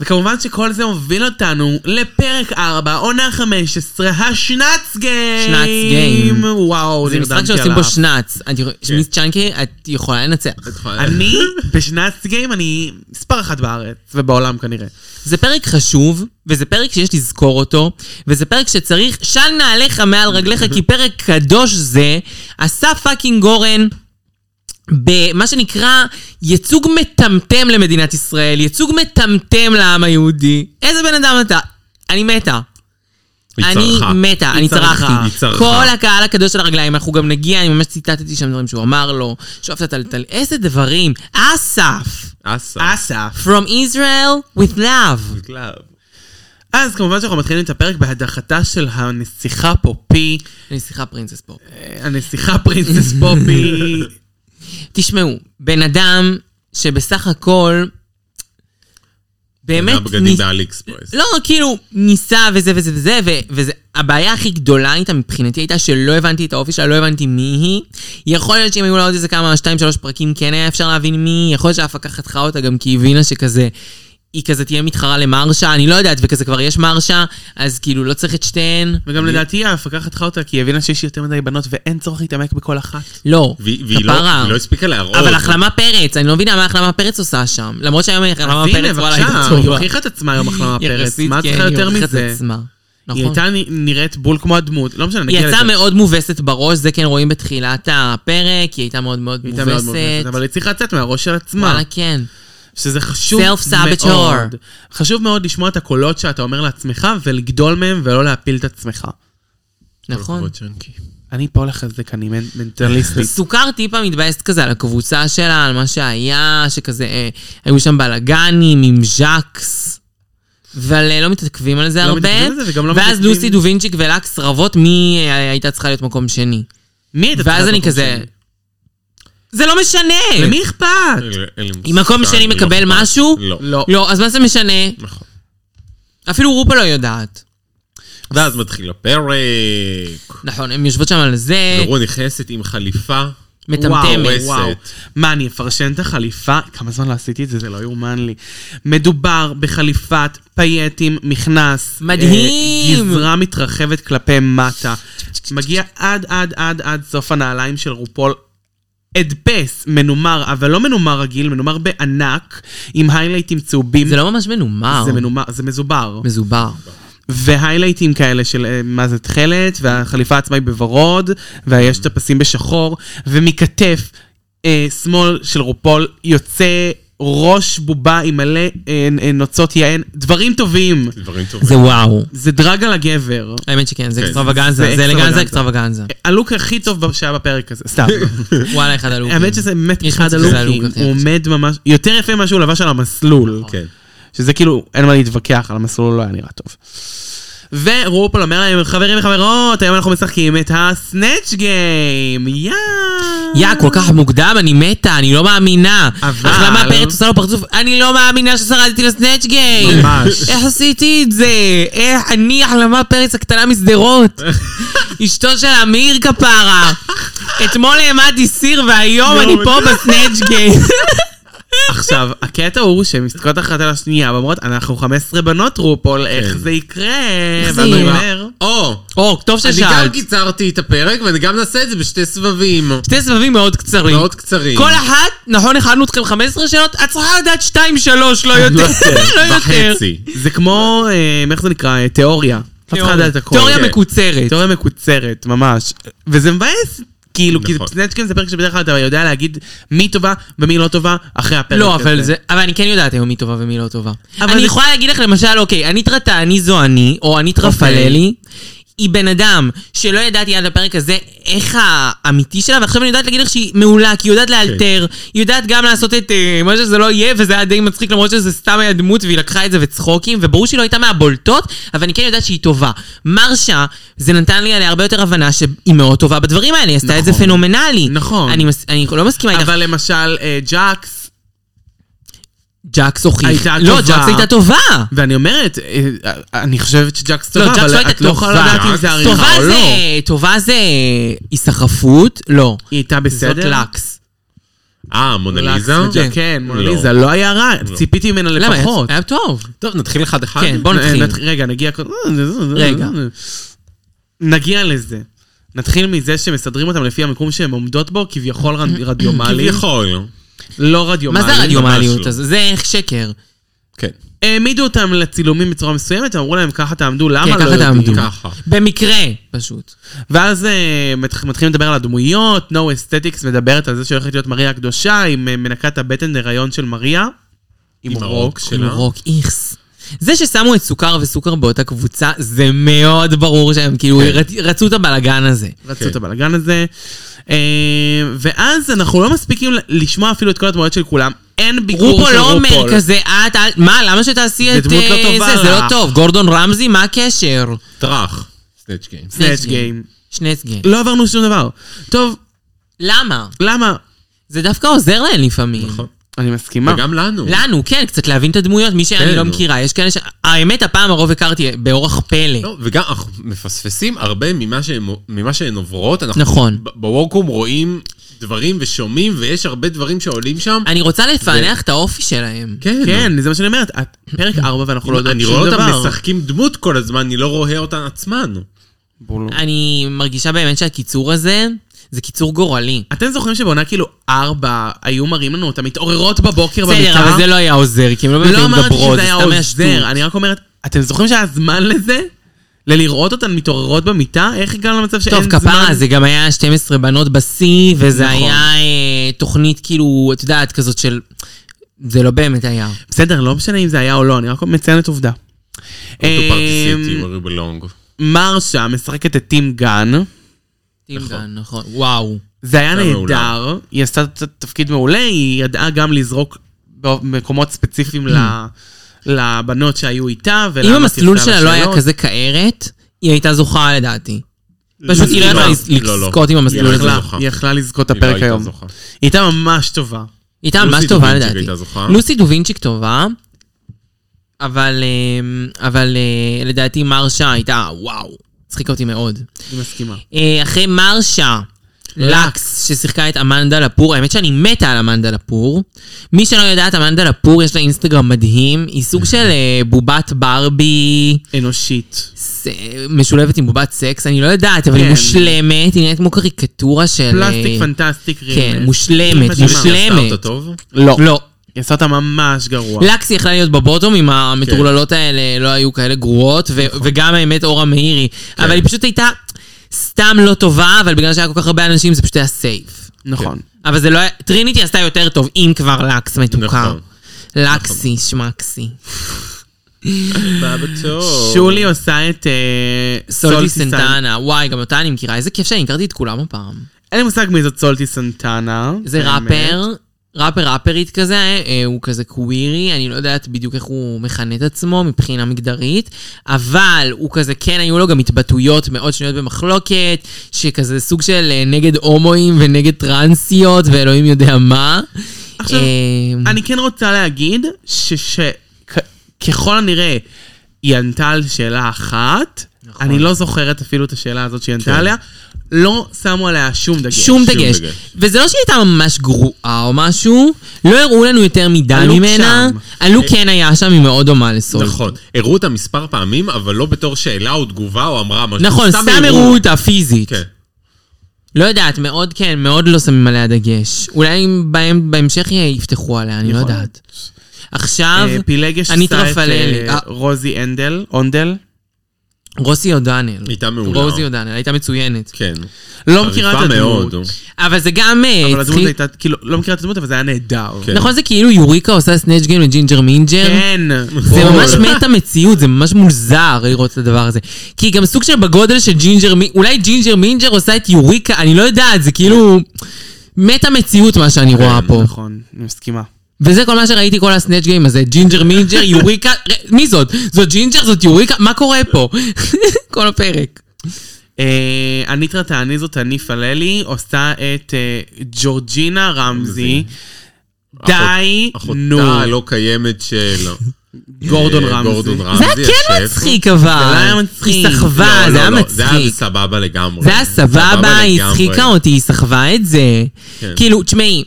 C: וכמובן שכל זה מוביל אותנו לפרק 4, עונה 15, השנץ גיים.
B: שנץ גיים.
C: וואו,
B: זה משחק
C: נרדמתי
B: שעושים
C: עליו.
B: בו שנץ. את יכולה- מיס צ'אנקי, את יכולה לנצח.
C: אני, בשנץ גיים, אני מספר אחת בארץ, ובעולם כנראה.
B: זה פרק חשוב, וזה פרק שיש לזכור אותו, וזה פרק שצריך, של נעליך מעל רגליך, כי פרק קדוש זה, עשה פאקינג גורן. במה שנקרא ייצוג מטמטם למדינת ישראל, ייצוג מטמטם לעם היהודי. איזה בן אדם אתה? אני מתה.
D: היא
B: אני
D: צרחה.
B: מתה, אני
C: צרחה.
B: צרחתי.
D: היא צרחה.
B: כל הקהל הקדוש של הרגליים, אנחנו גם נגיע, אני ממש ציטטתי שם דברים שהוא אמר לו, שואף את הטלטל, איזה דברים. אסף,
D: אסה.
C: אסף.
B: From Israel with
D: Mm.
B: love.
C: אז כמובן שאנחנו מתחילים את הפרק בהדחתה של הנסיכה פופי,
B: אני שיחה פרינסס פה.
C: אה, הנסיכה פרינסס פופי.
B: תשמעו, בן אדם שבסך הכל, באמת...
D: באמת? בגדים
B: ניס-
D: באליקספרס.
B: לא, כאילו, ניסה וזה וזה וזה, ו- וזה... הבעיה הכי גדולה איתה מבחינתי הייתה שלא הבנתי את האופי שלה, לא הבנתי מי היא. יכול להיות שאם היו לה עוד איזה כמה, שתיים, שלוש פרקים, כן היה אפשר להבין מי היא. יכול להיות שההפקה חתכה אותה גם כי היא הבינה שכזה... היא כזה תהיה מתחרה למרשה, אני לא יודעת, וכזה כבר יש מרשה, אז כאילו לא צריך את שתיהן.
C: וגם לדעתי ההפקה חתכה אותה כי היא הבינה שיש יותר מדי בנות ואין צורך להתעמק בכל אחת.
B: לא,
D: והיא והיא לא
B: כפרה.
D: היא לא הספיקה להראות.
B: אבל החלמה פרץ, אני לא מבינה מה החלמה פרץ עושה שם. למרות שהיום החלמה
C: אז
B: פרץ
C: הנה,
B: וואלה, הייתה
C: בבקשה, היא
B: טובה.
C: הוכיחה את עצמה היום החלמה
B: היא
C: פרץ.
B: יחסית,
C: מה את
B: כן,
C: צריכה יותר
B: הוכיחה את
C: מזה?
B: עצמה.
C: היא
B: נכון.
C: הייתה נ- נראית בול כמו הדמות. לא משנה,
B: היא
C: נגיע לזה.
B: יצאה מאוד מובסת בראש, זה כן רואים בתחילת הפרק, היא הייתה מאוד מאוד
C: היא הייתה מאוד מאוד מובסת,
B: מובסת.
C: אבל היא צריכה לצאת מהראש של עצמה.
B: וואלה, כן.
C: שזה חשוב
B: Self-saboteur.
C: מאוד. חשוב מאוד לשמוע את הקולות שאתה אומר לעצמך ולגדול מהם ולא להפיל את עצמך.
B: נכון.
D: כבוד, צ'אנקי.
C: אני פה לחזק, אני מנ- מנטליסטית.
B: סוכר טיפה מתבאסת כזה על הקבוצה שלה, על מה שהיה, שכזה, אה, היו שם בלאגנים עם ז'קס. אבל אה, לא מתעכבים על זה
C: לא
B: הרבה.
C: מתעכבים על זה, וגם לא
B: ואז
C: מתעכבים-
B: לוסי דובינצ'יק ולקס רבות מי אה, הייתה צריכה להיות מקום שני.
C: מי הייתה צריכה
B: ואז
C: להיות
B: אני
C: מקום
B: כזה...
C: שני?
B: זה לא משנה!
C: למי אכפת?
D: אין לי- אין לי
B: אם מקום
D: מושג,
B: שני
D: לא
B: מקבל
D: אכפת.
B: משהו?
D: לא.
C: לא.
B: לא, אז מה זה משנה?
D: נכון.
B: אפילו רופה לא יודעת.
D: ואז מתחיל הפרק.
B: נכון, הן יושבות שם על זה,
D: ורון נכנסת עם חליפה.
C: וואו,
B: מטמטמת.
D: וואו.
C: וואו. מה, אני אפרשן את החליפה? כמה זמן לא עשיתי את זה, זה לא יאומן לי. מדובר בחליפת פייטים, מכנס.
B: מדהים.
C: אה, גזרה מתרחבת כלפי מטה. מגיע עד עד עד עד סוף הנעליים של רופול. הדפס, מנומר, אבל לא מנומר רגיל, מנומר בענק, עם היילייטים צהובים.
B: זה לא ממש מנומר.
C: זה מנומר, זה מזובר.
B: מזובר.
C: והיילייטים כאלה של אה, מה זה תכלת, והחליפה עצמה היא בוורוד, ויש טפסים בשחור, ומכתף אה, שמאל של רופול יוצא ראש בובה עם מלא אה, אה, נוצות יען, דברים טובים.
D: דברים
B: זה
D: טובים.
B: וואו.
C: זה דרג על הגבר.
B: האמת שכן, זה
D: כן.
B: אקסטרווגנזה,
C: זה
B: זה
C: אקסטרווגנזה.
B: לגנזה אקסטרווגנזה.
C: הלוק הכי טוב שהיה בפרק הזה, סתם.
B: וואלה, אחד הלוקים.
C: האמת שזה באמת
B: יש
C: אחד
B: מצב שזה
C: הלוקים,
B: הלוק הכי
C: הוא
B: יפה.
C: עומד ממש, יותר יפה ממה שהוא לבש על המסלול.
D: כן.
C: שזה כאילו, אין מה להתווכח, על המסלול לא היה נראה טוב. ורופול אומר להם, חברים וחברות, היום אנחנו משחקים את הסנאצ' גיים, יא!
B: יא, כל כך מוקדם, אני מתה, אני לא מאמינה.
C: אבל-
B: החלמה פרץ עושה לו פרצוף, אני לא מאמינה ששרדתי לסנאצ' גיים.
C: ממש.
B: איך עשיתי את זה? איך אני החלמה פרץ הקטנה משדרות? אשתו של אמיר כפרה. אתמול העמדתי סיר והיום אני פה בסנאצ' גיים.
C: עכשיו, הקטע הוא שהן מסתכלות אחת על השנייה ואומרות, אנחנו 15 בנות רופול, איך
D: כן.
C: זה יקרה?
B: איך זה
C: ואז הוא
B: יהיה?
C: אומר,
D: או,
B: או, טוב
D: אני גם
B: ששאלת.
D: קיצרתי את הפרק, ואני גם נעשה את זה בשתי סבבים.
B: שתי סבבים מאוד קצרים.
D: מאוד קצרים.
B: כל אחת, נכון, הכנו אתכם 15 שאלות, את צריכה לדעת 2-3, לא יותר. לא יותר.
D: וחצי.
C: זה כמו, אה, איך זה נקרא? אה, תיאוריה. את צריכה לדעת הכל.
B: תיאוריה
D: כן.
B: מקוצרת.
C: תיאוריה מקוצרת, ממש. וזה מבאס, כאילו, כי
D: נכון.
C: סנאצ' גיים זה פרק שבדרך כלל אתה יודע להגיד מי טובה ומי לא טובה אחרי הפרק הזה.
B: לא, אבל זה... אבל אני כן יודעת היום מי טובה ומי לא טובה.
C: אבל
B: אני
C: זה-
B: יכולה להגיד לך, למשל, אוקיי, אני טרטה, אני זו אני, או אני טרפללי. היא בן אדם שלא ידעתי עד הפרק הזה איך האמיתי שלה, ועכשיו אני יודעת להגיד לך שהיא מעולה, כי היא יודעת לאלתר, היא יודעת גם לעשות את אה, מה שזה לא יהיה, וזה היה די מצחיק למרות שזה סתם היה דמות, והיא לקחה את זה וצחוקים, וברור שהיא לא הייתה מהבולטות, אבל אני כן יודעת שהיא טובה. מרשה, זה נתן לי עליה הרבה יותר הבנה שהיא מאוד טובה בדברים האלה, היא עשתה את זה
C: נכון.
B: פנומנלי.
C: נכון.
B: אני, מס... אני לא מסכימה איתך.
C: אבל למשל, אה, ג'קס,
B: ג'קס הוכיח.
C: הייתה
B: לא,
C: טובה.
B: ג'קס הייתה טובה.
C: ואני אומרת, אה, אה, אני חושבת שג'קס
B: לא,
C: טובה,
B: ג'קס לא
C: אבל
B: הייתה
C: את לא יכולה
B: טובה.
C: לדעת אם זה
D: ג'קס
C: עריכה
B: טובה
C: או
B: זה...
C: לא.
B: טובה זה היסחפות? לא.
C: היא הייתה
B: זאת
C: בסדר?
B: לקס.
D: אה, מונליזה?
C: לקס וג'ק-
B: כן.
C: כן,
D: לא.
C: מונליזה, לא היה רע, ציפיתי ממנה
B: למה? היה-
C: לפחות.
B: היה טוב.
D: טוב, נתחיל אחד אחד.
B: כן, בוא נתחיל.
C: אה, נת- רגע, נגיע... אה, קוד-
B: רגע.
C: נגיע לזה. נתחיל מזה שמסדרים אותם לפי המיקום שהן עומדות בו, כביכול רד- רדיומלי.
D: כביכול.
C: לא רדיומלי.
B: מה זה
D: ממש
B: הרדיומליות
D: לא.
B: הזו? זה איך שקר.
D: כן.
C: העמידו אותם לצילומים בצורה מסוימת, אמרו להם ככה תעמדו, למה
B: כן,
C: לא
B: ככה
C: יודעים?"
B: תעמדו.
D: ככה.
B: במקרה, פשוט.
C: ואז אה, מת- מתחילים לדבר על הדמויות, No Aesthetics מדברת על זה שהולכת להיות מריה הקדושה, עם אה, מנקת הבטן הריון של מריה. עם
D: הרוק
C: רוק.
D: שלה.
B: כאילו רוק איכס. זה ששמו את סוכר וסוכר באותה קבוצה, זה מאוד ברור שהם כאילו
D: כן.
B: רצ- רצו את הבלאגן הזה.
C: רצו את הבלאגן הזה. אה, ואז אנחנו לא מספיקים ל- לשמוע אפילו את כל הדמויות של כולם. אין ביקור
B: רופו
C: של
B: לא
C: רופול.
B: אומר כזה, "את- את- מה, למה שתעשי
C: זה
B: את
C: דמות לא
B: אה,
C: טובה
B: זה? זה לא
C: לך."
B: טוב. גורדון רמזי, מה הקשר?
D: טראח. סנאצ' גיים.
C: סנאצ' גיים.
B: שנץ גיים.
C: לא עברנו שום דבר. טוב,
B: למה?
C: למה?
B: זה דווקא עוזר להם לפעמים.
D: נכון.
C: אני מסכימה.
D: וגם לנו.
B: לנו, כן, קצת להבין את הדמויות, מי שאני
D: כן,
B: לא
D: נו.
B: מכירה. יש כאלה ש... האמת, הפעם הרוב הכרתי באורח פלא.
D: לא, וגם אנחנו מפספסים הרבה ממה שהן, ממה שהן עוברות. אנחנו
B: נכון.
D: ב- בוורקום רואים דברים ושומעים, ויש הרבה דברים שעולים שם.
B: אני רוצה לפענח את האופי שלהם.
D: כן.
C: כן, זה מה שאני אומרת. את- פרק 4 ואנחנו לא יודעים
D: אני
C: שום
D: רואה
C: דבר. אמ,
D: אותם משחקים דמות כל הזמן, אני לא רואה אותן עצמן.
C: בול.
B: אני מרגישה באמת שהקיצור הזה, זה קיצור גורלי.
C: אתם זוכרים שבעונה כאילו 4 היו מראים לנו אותם מתעוררות בבוקר במיטה?
B: בסדר, אבל זה לא היה עוזר, כי הם לא באמת
C: לא
B: היו
C: אמרתי
B: מדברות,
C: שזה
B: זה
C: היה
B: סתם היה שטות.
C: עוזר, אני רק אומרת, אתם זוכרים שהיה זמן לזה? ללראות אותן מתעוררות במיטה? איך הגענו למצב
D: כן,
C: שאין
B: טוב,
C: זמן?
B: כפרה, זה גם היה 12 בנות בשיא, וזה
C: נכון.
B: היה אה, תוכנית כאילו, את יודעת, כזאת של... זה לא באמת היה.
D: נכון.
C: בסדר, לא משנה אם זה היה או לא, אני רק מציינת עובדה.
D: To participate,
C: אמ,
D: you are belong.
C: מרשה משחקת את טים גן.
B: טינגן, נכון. וואו.
C: זה היה
D: זה
C: נהדר, היא עשתה את התפקיד מעולה, היא ידעה גם לזרוק במקומות ספציפיים ל- לבנות שהיו איתה.
B: אם
C: ולענות
B: המסלול
C: יפה על
B: שלה לא היה
C: השאלות.
B: כזה כערת, היא הייתה זוכה לדעתי. פשוט היא לא
D: לא,
B: יכלה
D: לא, לא.
B: לזכות עם
D: היא לא
B: המסלול הזה.
D: יכלה.
B: היא
C: יכלה,
D: זוכה.
C: היא יכלה לזכות את
D: היא לא
C: הפרק
D: הייתה
C: היום. היא
D: זוכה.
C: הייתה ממש טובה.
B: הייתה
D: לוסי
B: ממש טובה
D: דובינצ'יק
B: לדעתי.
D: הייתה זוכה.
B: לוסי דובינצ'יק טובה, אבל אה, אבל אה, לדעתי מרשה הייתה, וואו, הצחיקה אותי מאוד.
C: אני מסכימה.
B: אה, אחרי מרשה, לקס, ששיחקה את אמנדה לפור, האמת שאני מתה על אמנדה לפור. מי שלא יודעת, אמנדה לפור יש לה אינסטגרם מדהים, היא סוג של אה, בובת ברבי
C: אנושית.
B: ס- משולבת עם בובת סקס, אני לא יודעת, אבל היא
C: כן.
B: מושלמת, היא נראית כמו קריקטורה של... אה,
C: פלסטיק פנטסטיק רימס.
B: כן, מושלמת,
C: מדהימה.
D: היא עשתה
B: מושלמת.
D: אותה טוב?
C: לא.
B: לא.
C: היא עשתה אותה ממש גרוע.
B: לקסי יכלה להיות בבוטום, אם המטורללות האלה לא היו כאלה גרועות, ו- וגם האמת אורה מאירי. אבל היא פשוט הייתה סתם לא טובה, אבל בגלל שהיה כל כך הרבה אנשים זה פשוט היה סייף.
C: נכון.
B: אבל זה לא היה... טריניטי עשתה יותר טוב, אם כבר לקס מתוקה.
D: נכון.
B: לקסי, שמקסי.
D: בא בטוב.
C: שולי עושה את אה,
B: סולטי סנטנה, וואי, גם אותה אני מכירה. איזה כיף שאני הכרתי את כולם הפעם.
C: אין לי מושג מי זאת סולטי סנטנה.
B: זה
C: באמת.
B: ראפר, ראפר ראפרית כזה, אה, הוא כזה קווירי, אני לא יודעת בדיוק איך הוא מכנה את עצמו מבחינה מגדרית, אבל הוא כזה, כן, היו לו גם התבטאויות מאוד שנויות במחלוקת, שכזה סוג של אה, נגד הומואים ונגד טרנסיות ואלוהים יודע מה.
C: עכשיו,
B: אה,
C: אני כן רוצה להגיד שככל הנראה היא ענתה על שאלה אחת,
B: נכון. כן.
C: אני לא זוכרת אפילו את השאלה הזאת שהיא ענתה עליה, לא שמו עליה שום דגש.
B: שום
D: שום
B: דגש.
D: דגש.
B: וזה לא שהיא הייתה ממש גרועה או משהו, לא הראו לנו יותר מדי
C: הלוק
B: ממנה.
C: שם.
B: הלוק כן היה שם, היא מאוד דומה לסול.
D: נכון. הראו אותה מספר פעמים, אבל לא בתור שאלה או תגובה או אמרה משהו.
B: נכון, סתם הראו אותה פיזית.
D: כן.
B: לא יודעת, מאוד כן, מאוד לא שמים עליה דגש. אולי אם בהם, בהמשך יפתחו עליה, אני לא
C: יכול
B: יודעת. עכשיו,
C: נכון. אה, פילגש
B: אני
C: עשה את
B: טרפללי.
C: אה,
B: אה.
C: רוזי אנדל, אונדל.
B: רוסי אודנל.
D: הייתה מעולה.
B: רוסי אודנל, הייתה מצוינת.
D: כן.
C: לא מכירה את
D: חריפה
C: הדמות.
D: מאוד.
B: אבל זה גם... אה,
C: אבל הדמות
B: צחיק-
C: הייתה, כאילו, לא מכירה את הדמות, אבל זה היה נהדר.
D: כן.
B: נכון, זה כאילו יוריקה עושה סנאצ' גיים וג'ינג'ר מינג'ר.
C: כן.
B: זה
D: ברור.
B: ממש מת המציאות, זה ממש מוזר לראות את הדבר הזה. כי גם סוג של בגודל של ג'ינג'ר מינג'ר, אולי ג'ינג'ר מינג'ר עושה את יוריקה, אני לא יודעת, זה כאילו... מת המציאות מה שאני רואה פה.
C: נכון, אני מסכימה.
B: וזה כל מה שראיתי כל הסנאצ' גיים הזה, ג'ינג'ר מינג'ר, יוריקה, ר- מי זאת? זאת ג'ינג'ר, זאת יוריקה, מה קורה פה? כל הפרק.
C: אה, הניטרה תעני זאת אני פללי, עושה את אה, ג'ורג'ינה רמזי. די, נו.
D: אחותה הלא קיימת של...
C: גורדון
D: אה,
C: רמזי.
D: גורדון רמזי.
B: זה היה כן
D: השף.
B: מצחיק אבל.
C: זה היה מצחיק.
B: היא סחבה,
D: לא,
B: זה
D: לא,
B: היה
D: לא, זה היה
B: מצחיק.
D: סבבה לגמרי.
B: זה היה סבבה, היא
D: לגמרי.
B: הצחיקה אותי, היא סחבה את זה.
D: כן.
B: כאילו, תשמעי,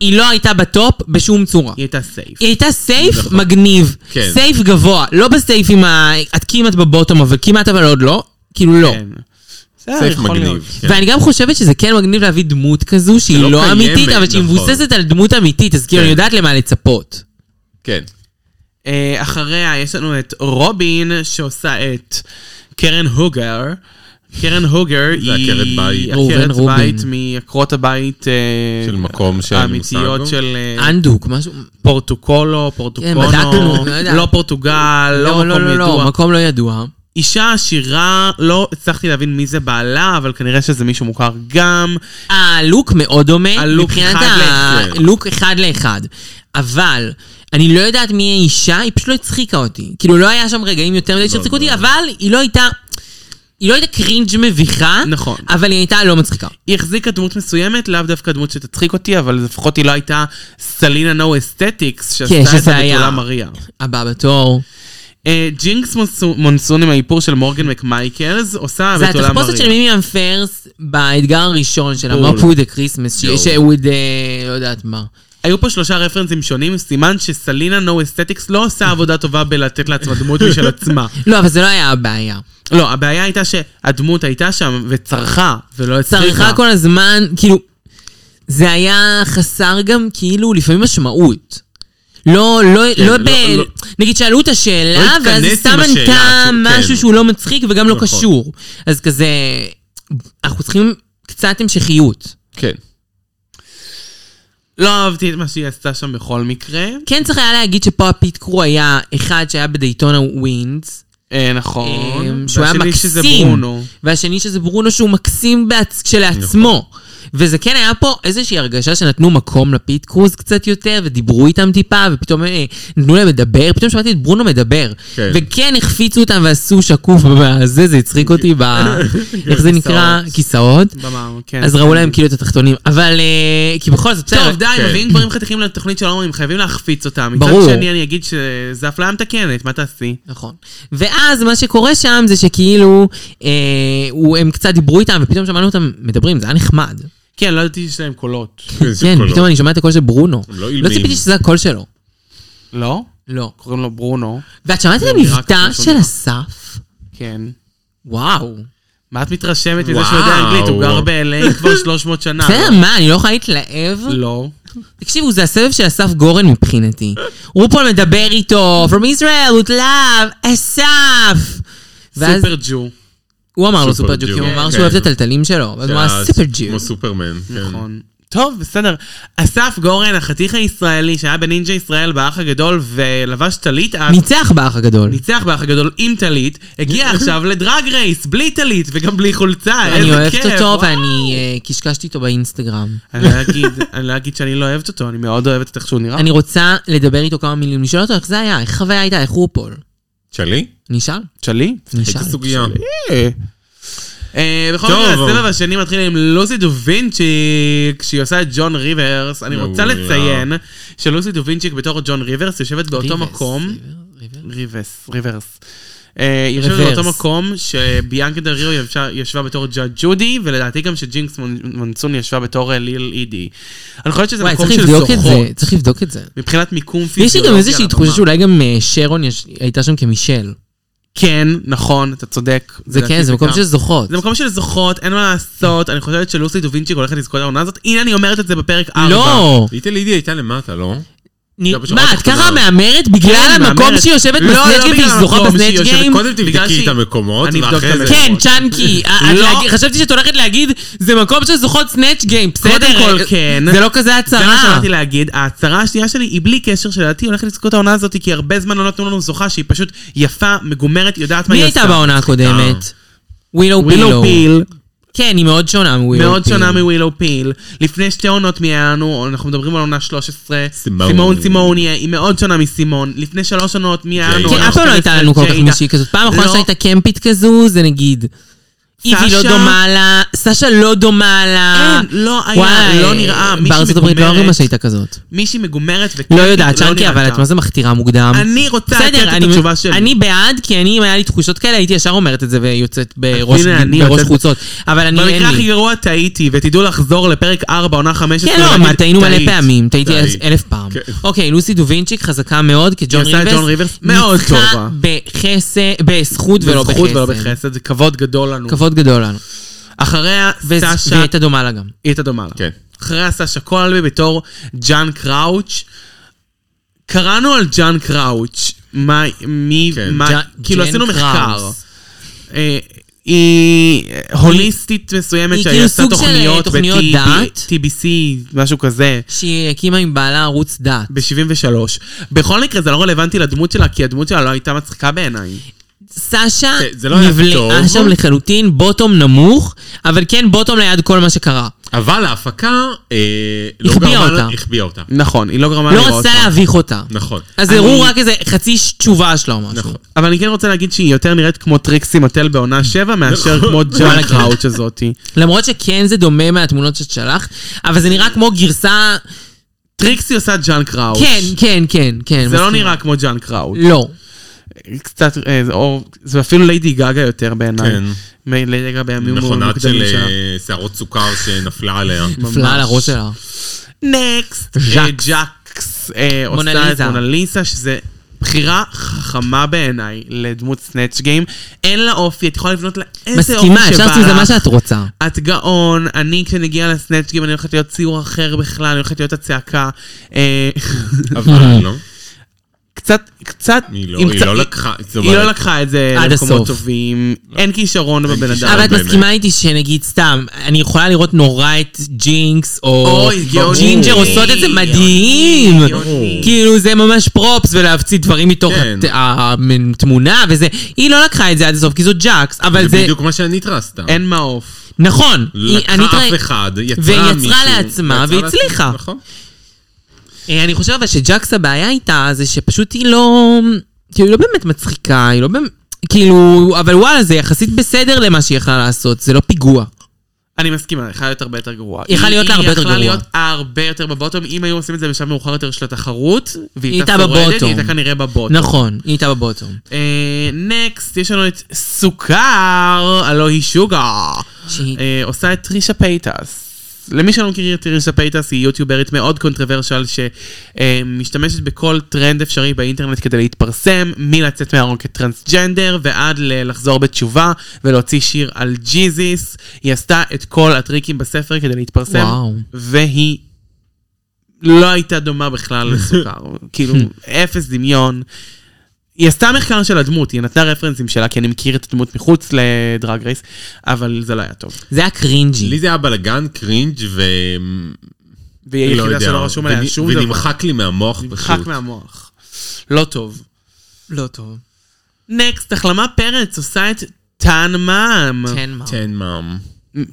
B: היא לא הייתה בטופ בשום צורה.
C: היא הייתה סייף.
B: היא הייתה סייף
D: נכון.
B: מגניב,
D: כן.
B: סייף גבוה, לא בסייף עם ה... את כמעט בבוטום, אבל כמעט אבל עוד לא, כאילו לא.
C: כן. בסדר,
B: אה,
D: סייף
C: יכול להיות.
D: מגניב. כן.
B: ואני גם חושבת שזה כן מגניב להביא דמות כזו שהיא
D: שלא
B: לא
D: קיימת,
B: אמיתית, אבל שהיא
D: נכון.
B: מבוססת על דמות אמיתית, אז כאילו
D: כן.
B: אני יודעת למה לצפות.
D: כן.
C: אה, אחריה יש לנו את רובין, שעושה את קרן הוגר. קרן הוגר
D: זה
C: היא
D: עקרת בית.
B: ראובן
C: עקרת
B: רובין.
C: בית מעקרות הבית אה,
D: של מקום של
C: האמיתיות
D: מושג.
C: של אה,
B: אנדוק, משהו...
C: פורטוקולו, פורטוקונו,
B: כן, בדקנו, לא יודע.
C: לא פורטוגל, לא
B: לא,
C: מקום
B: לא, לא,
C: ידוע.
B: מקום לא ידוע.
C: אישה עשירה, לא הצלחתי להבין מי זה בעלה, אבל כנראה שזה מישהו מוכר גם.
B: הלוק מאוד דומה,
C: הלוק
B: מבחינת
C: אחד לאחד.
B: הלוק אחד לאחד. אבל, אני לא יודעת מי היא אישה, היא פשוט לא הצחיקה אותי. כאילו, לא היה שם רגעים יותר מדי שהצחיקו אותי, אבל היא לא הייתה... היא לא הייתה קרינג' מביכה,
C: נכון.
B: אבל היא הייתה לא מצחיקה.
C: היא החזיקה דמות מסוימת, לאו דווקא דמות שתצחיק אותי, אבל לפחות היא לא הייתה סלינה נו אסתטיקס,
B: כן,
C: שעשתה את
B: שזה
C: זה
B: היה.
C: בתולה מריה.
B: הבא בתור.
C: אה, ג'ינקס מונסו- מונסון עם האיפור של מורגן מקמייקלס, עושה
B: זה
C: בתולה
B: התחפושת של
C: מריה.
B: מימי אמפרס באתגר הראשון שלה,
D: בול.
B: מופו דה כריסמס,
D: יואו.
B: שהוא דה... לא יודעת מה.
C: היו פה שלושה רפרנסים שונים, סימן שסלינה נו אסתטיקס לא עושה עבודה טובה בלתת לעצמה דמות משל עצמה.
B: לא, אבל זה לא היה הבעיה.
C: לא, הבעיה הייתה שהדמות הייתה שם וצרחה, ולא הצליחה.
B: צרכה כל הזמן, כאילו, זה היה חסר גם כאילו לפעמים משמעות. לא, לא,
D: כן,
B: לא
D: לא-
B: ב...
D: לא-
B: נגיד שאלו אותה שאלה,
D: לא
B: ואז היא
D: התכנס עם
B: סתם
D: השאלה,
B: ענתה
D: כן.
B: משהו שהוא לא מצחיק וגם לא
D: נכון.
B: קשור. אז כזה, אנחנו צריכים קצת המשכיות.
D: כן.
C: לא אהבתי את מה שהיא עשתה שם בכל מקרה.
B: כן צריך היה להגיד שפה הפיט קרו היה אחד שהיה בדייטון הווינס,
C: אה, נכון.
B: אמ, שהוא היה
C: והשני שזה
B: מקסים.
C: ברונו.
B: והשני שזה ברונו שהוא מקסים בעצ... כשלעצמו.
C: נכון.
B: וזה כן היה פה איזושהי הרגשה שנתנו מקום לפיט קרוז קצת יותר, ודיברו איתם טיפה, ופתאום אה, נתנו להם לדבר, פתאום שמעתי את ברונו מדבר.
D: כן.
B: וכן החפיצו אותם ועשו שקוף בזה, זה הצחיק אותי ב... איך זה נקרא? כיסאות.
C: במה, כן.
B: אז ראו להם כאילו את התחתונים. אבל אה, כי בכל זאת,
C: טוב,
B: בסדר.
C: די,
D: כן.
C: מביאים דברים חתיכים לתוכנית של ההומואים, חייבים להחפיץ אותם.
B: ברור.
C: מצד שני, אני אגיד שזה אפליה מתקנת, מה תעשי?
B: נכון. ואז מה שקורה שם זה שכאילו, אה, הוא, הם קצת דיברו איתם, ופתאום שמענו אותם מדברים, זה היה נחמד.
C: כן, לא ידעתי שיש להם קולות.
B: כן, פתאום אני שומע את הקול של ברונו.
D: לא. הם לא
B: לא
D: אילמים.
B: ציפיתי שזה הקול שלו.
C: לא?
B: לא.
C: קוראים לו ברונו.
B: ואת שמעת את
C: זה נראה
B: המבטא
C: כמו שהוא
B: של
C: נראה.
B: אסף?
C: כן.
B: וואו.
C: מה את מתרשמת מזה
D: וואו.
C: שהוא יודע אנגלית? הוא גר ב-LA כבר 300 שנה.
B: בסדר, מה, אני לא יכולה להתלהב?
C: אה, לא.
B: תקשיבו, זה הסבב של אסף גורן מבחינתי. רופול מדבר איתו, From Israel, with love, אסף! ואז
C: סופר ג'ו.
B: הוא אמר לו
D: סופר
B: סופר ג'ו, כי הוא
D: ג'ו,
B: אמר
D: כן.
B: שהוא אוהב את הטלטלים שלו. ואז הוא אמר סופר ג'ו.
D: כמו סופרמן. כן.
C: נכון. טוב, בסדר. אסף גורן, החתיך הישראלי, שהיה בנינג'ה ישראל באח הגדול ולבש טלית אז,
B: ניצח באח הגדול.
C: ניצח באח הגדול עם טלית, הגיע עכשיו לדרג רייס, בלי טלית וגם בלי חולצה, איזה
B: אני
C: כיף.
B: אוהבת אותו
C: וואו.
B: ואני אה, קשקשתי איתו באינסטגרם.
C: אני לא אגיד- אני לא אגיד שאני לא אוהבת אותו, אני מאוד אוהבת את איך שהוא נראה.
B: אני רוצה לדבר איתו כמה מילים, לשאול אותו איך זה היה, איך החוויה הייתה, איך רופול.
D: שלי?
B: נשאל?
C: שלי?
B: נשאל.
D: סוגיה.
C: אה, בכל
D: טוב.
C: מקרה, הסבב השני מתחיל עם לוסי דו וינצ'יק, שהיא עושה את ג'ון ריברס. אני רוצה
D: מעולה.
C: לציין שלוסי דו וינצ'יק בתור ג'ון ריברס יושבת באותו
B: ריברס,
C: מקום.
B: ריברס?
C: ריברס, ריברס. אה, היא יושבת
B: ריברס.
C: באותו מקום שביאנקה דל ריו ישבה- ישבה בתור ג'אד ג'ודי, ולדעתי גם שג'ינקס מונ- מונסון ישבה בתור אה, ליל אידי. אני חושבת שזה
B: וואי,
C: מקום
B: צריך
C: של
B: לבדוק את
C: זוכות.
B: זה, צריך לבדוק את זה.
C: מבחינת מיקום פיזיולוגיה.
B: יש לי גם איזושהי
C: על
B: תחושה
C: הבמה.
B: שאולי גם אה, שרון יש- הייתה שם כמישל.
C: כן, נכון, אתה צודק.
B: זה
C: לדעתי
B: כן, זה מקום
C: גם-
B: של זוכות.
C: זה מקום של זוכות, אין מה לעשות, אני חושבת שלוסי דו וינצ'יק הולכת לזכות את העונה הזאת. הנה אני אומרת את זה בפרק 4.
B: לא!
D: ליטל אידי הייתה למטה, לא?
B: אני-
D: זה בשורה
B: מה, את
D: התחתונה.
B: ככה מהמרת לא, בגלל המקום שהיא יושבת בסנאט גיים והיא זוכה בסנאט גיים?
D: קודם תבדקי את המקומות,
C: אני אבדוק את
D: ואחרי זה-
C: המקומות.
B: כן, צ'אנקי. אה, את
C: לא.
B: להגיד- חשבתי שאת הולכת להגיד, זה מקום של זוכות סנאט גיים, בסדר?
C: כל,
B: אה,
C: כן.
B: זה לא כזה
C: זה מה
B: הצהרה.
C: שבאתי להגיד, ההצהרה השנייה שלי היא בלי קשר שלדעתי הולכת לזכות העונה הזאת, כי הרבה זמן לא נתנו לנו זוכה שהיא פשוט יפה, מגומרת, יודעת מה
B: מי
C: היא
B: הייתה
C: עושה.
B: בעונה הקודמת? ווילו
C: ווילו
B: פילו.
C: פיל,
B: כן, היא מאוד שונה מווילו
C: מאוד
B: פיל.
C: שונה מווילו פיל. לפני שתי עונות מי היה לנו, אנחנו מדברים על עונה 13.
D: סימון.
C: סימון סימוני, היא מאוד שונה מסימון. לפני שלוש עונות מי היה לנו?
B: כן,
D: ג'יידה.
C: עונה
B: אף פעם לא הייתה
C: 12,
B: לנו כל כך
C: ג'יידה.
B: מישהי כזאת. פעם אחרונה
C: לא.
B: שהייתה קמפית כזו, זה נגיד... איבי לא
C: סשה?
B: דומה לה, סשה לא דומה לה.
C: אין, לא היה,
B: וואי,
C: לא נראה, מישהי
B: בארצות הברית לא
C: מגומרת.
B: אומרים לה שהייתה כזאת.
C: מישהי מגומרת וכן,
B: לא יודעת, צ'אנקי, אבל
C: נראתה.
B: את מה זה מכתירה מוקדם.
C: אני רוצה
B: בסדר,
C: לתת את
B: אני-
C: התשובה שלי.
B: אני בעד, כי אני, אם היה לי תחושות כאלה, הייתי ישר אומרת את זה ויוצאת בראש
C: הנה, אני
B: בראש
C: יוצאת-
B: חוצות. אבל אני, אין
C: במקרה לא, הכי
B: לי.
C: גרוע טעיתי, ותדעו לחזור לפרק 4, עונה 15.
B: כן, לא,
C: ולהגיד,
B: מה, טעינו מלא
C: "טעית".
B: פעמים, טעיתי
D: טעית.
B: אלף פעם.
D: כן.
B: אוקיי, לוסי דו וינצ'יק חזקה מאוד, כג'ון
C: היא עושה את
B: ריברס.
C: ג'ון ריברס מאוד
B: ניצחה
C: טובה.
B: בחסד, בזכות ולא
C: בזכות ולא
B: בחסד.
C: בחסד, זה כבוד גדול לנו.
B: כבוד גדול לנו.
C: אחריה,
B: וזה- והיא
C: סשה, היא
B: הייתה דומה לה גם.
C: הייתה דומה לה.
D: כן.
C: אחריה, סשה קולבי בתור ג'אן קראוץ'. קראנו על ג'אן קראוץ', מה, מי,
D: כן.
C: מה,
B: ג'אן-
C: כאילו
B: ג'ן
C: עשינו מחקר.
B: קראוס.
C: אה, היא הוליסטית מסוימת,
B: היא
C: שהיא
B: כאילו
C: עשתה
B: סוג של,
C: תוכניות
B: תוכניות דת.
C: ב-TBC, משהו כזה.
B: שהיא הקימה עם בעלה ערוץ דת.
C: ב-73. בכל מקרה, זה לא רלוונטי לדמות שלה, כי הדמות שלה לא הייתה מצחיקה בעיניי.
B: סשה
D: זה- זה לא היה
B: נבלעה
D: טוב.
B: שם לחלוטין, בוטום נמוך, אבל כן בוטום ליד כל מה שקרה.
D: אבל ההפקה אה, לא
B: כן. החביאה
D: גרמה לה-
B: אותה.
D: החביאה אותה.
C: נכון, היא לא גרמה
B: לא
C: לראות
B: רצתה
C: אותה.
B: להביך אותה.
D: נכון.
B: אז
C: אני-
B: הראו רק איזה חצי ש- תשובה שלה או משהו.
D: נכון.
C: אבל אני כן רוצה להגיד שהיא יותר נראית כמו טריקסי מטל בעונה 7, מאשר
D: נכון.
C: כמו ג'ון
B: וואלה, כן.
C: קראוץ' הזאתי.
B: למרות שכן זה דומה מהתמונות שאת שלחת, אבל זה נראה כמו גרסה...
C: טריקסי עושה ג'אן קראוץ'.
B: כן, כן, כן, כן.
C: זה לא
B: מסכימה.
C: נראה כמו ג'אן קראוץ'.
B: לא.
C: קצת, אה, זה- או- זה אפילו ליידי גאגה יותר בעיניי.
D: כן.
C: מ- ליידי גאגה בימים
D: מכונת נכון, של
C: המוקדמים שלה.
D: אה, שערות סוכר שנפלה עליה.
B: נפלה על הראש שלה.
C: נקסט,
B: ז'קס.
C: ג'קס, אה, עושה את
B: מונליזה.
C: מונליסה, שזה בחירה חכמה בעיניי לדמות סנאצ' גיים. אין לה אופי, את יכולה לבנות לה איזה אופי שבא לך.
B: מסכימה, אפשר לעשות עם זה מה שאת רוצה.
C: את גאון, אני כשנגיע לסנאצ' גיים אני הולכת להיות ציור אחר בכלל, אני הולכת להיות הצעקה. אה,
D: אבל לא.
C: קצת, קצת,
D: היא לא-
C: עם
D: היא
C: קצת-
D: לא לקחה,
C: היא
D: זאת
C: לא
D: אומרת-
C: לקחה את זה
B: עד
C: למקומות
B: הסוף.
C: טובים, אין כישרון בבן
D: כישרון.
C: אדם.
B: אבל את
D: באמת.
B: מסכימה איתי שנגיד סתם, אני יכולה לראות נורא את ג'ינקס או
C: אוי, גאוני.
B: ג'ינג'ר עושות את זה מדהים.
C: גאוני.
B: כאילו זה ממש פרופס ולהפציץ דברים מתוך
D: כן.
B: הת- ה- התמונה וזה. היא לא לקחה את זה עד הסוף כי זו ג'אקס, אבל
D: זה
B: זה
D: בדיוק מה שהניטרה עשתה.
C: אין מעוף.
B: נכון. היא-
D: לקחה
B: אני תראה-
D: אף אחד, יצרה מישהו.
B: ויצרה לעצמה
D: ויצרה
B: והצליחה.
D: לעצמה, נכון.
B: אה, אני חושב אבל שג'קס הבעיה איתה זה שפשוט היא לא... כאילו היא לא באמת מצחיקה, היא לא באמת... כאילו, אבל וואלה, זה יחסית בסדר למה שהיא יכלה לעשות, זה לא פיגוע.
C: אני מסכימה, היא יכלה להיות הרבה יותר גרועה.
B: היא יכלה להיות לה הרבה יותר
C: היא יכלה
B: גרועה.
C: להיות הרבה יותר בבוטום, אם היו עושים את זה בשלב מאוחר יותר של התחרות, והיא
B: היא
C: הייתה
B: הייתה
C: שורדת,
B: בבוטום.
C: היא הייתה כנראה
D: אוקיי.
C: בבוטום.
B: נכון, היא הייתה בבוטום.
C: אה, נקסט, יש לנו את סוכר, הלו היא שוגר.
B: שהיא-
C: אה, עושה את טרישה פייטס. למי שלא מכיר את טרישה פייטס, היא יוטיוברית מאוד קונטרוברשל, שמשתמשת בכל טרנד אפשרי באינטרנט כדי להתפרסם, מלצאת מהארון כטרנסג'נדר, ועד ל- לחזור בתשובה ולהוציא שיר על ג'יזיס. היא עשתה את כל הטריקים בספר כדי להתפרסם,
B: וואו.
C: והיא לא הייתה דומה בכלל לסוכר. כאילו, אפס דמיון. היא עשתה מחקר של הדמות, היא נתנה רפרנסים שלה, כי אני מכיר את הדמות מחוץ לדרג רייס, אבל זה לא היה טוב.
B: זה היה קרינג'י.
D: לי זה היה בלאגן, קרינג' ו...
C: והיא
D: לא
C: היחידה
D: יודע.
C: שלא רשום עליה
D: ונ-
C: שום דבר.
D: ונמחק לי מהמוח פשוט.
C: נמחק מהמוח. לא טוב.
B: לא טוב.
C: נקסט, החלמה פרץ עושה את טן מאם.
B: תן
C: כן.
D: תן מאם.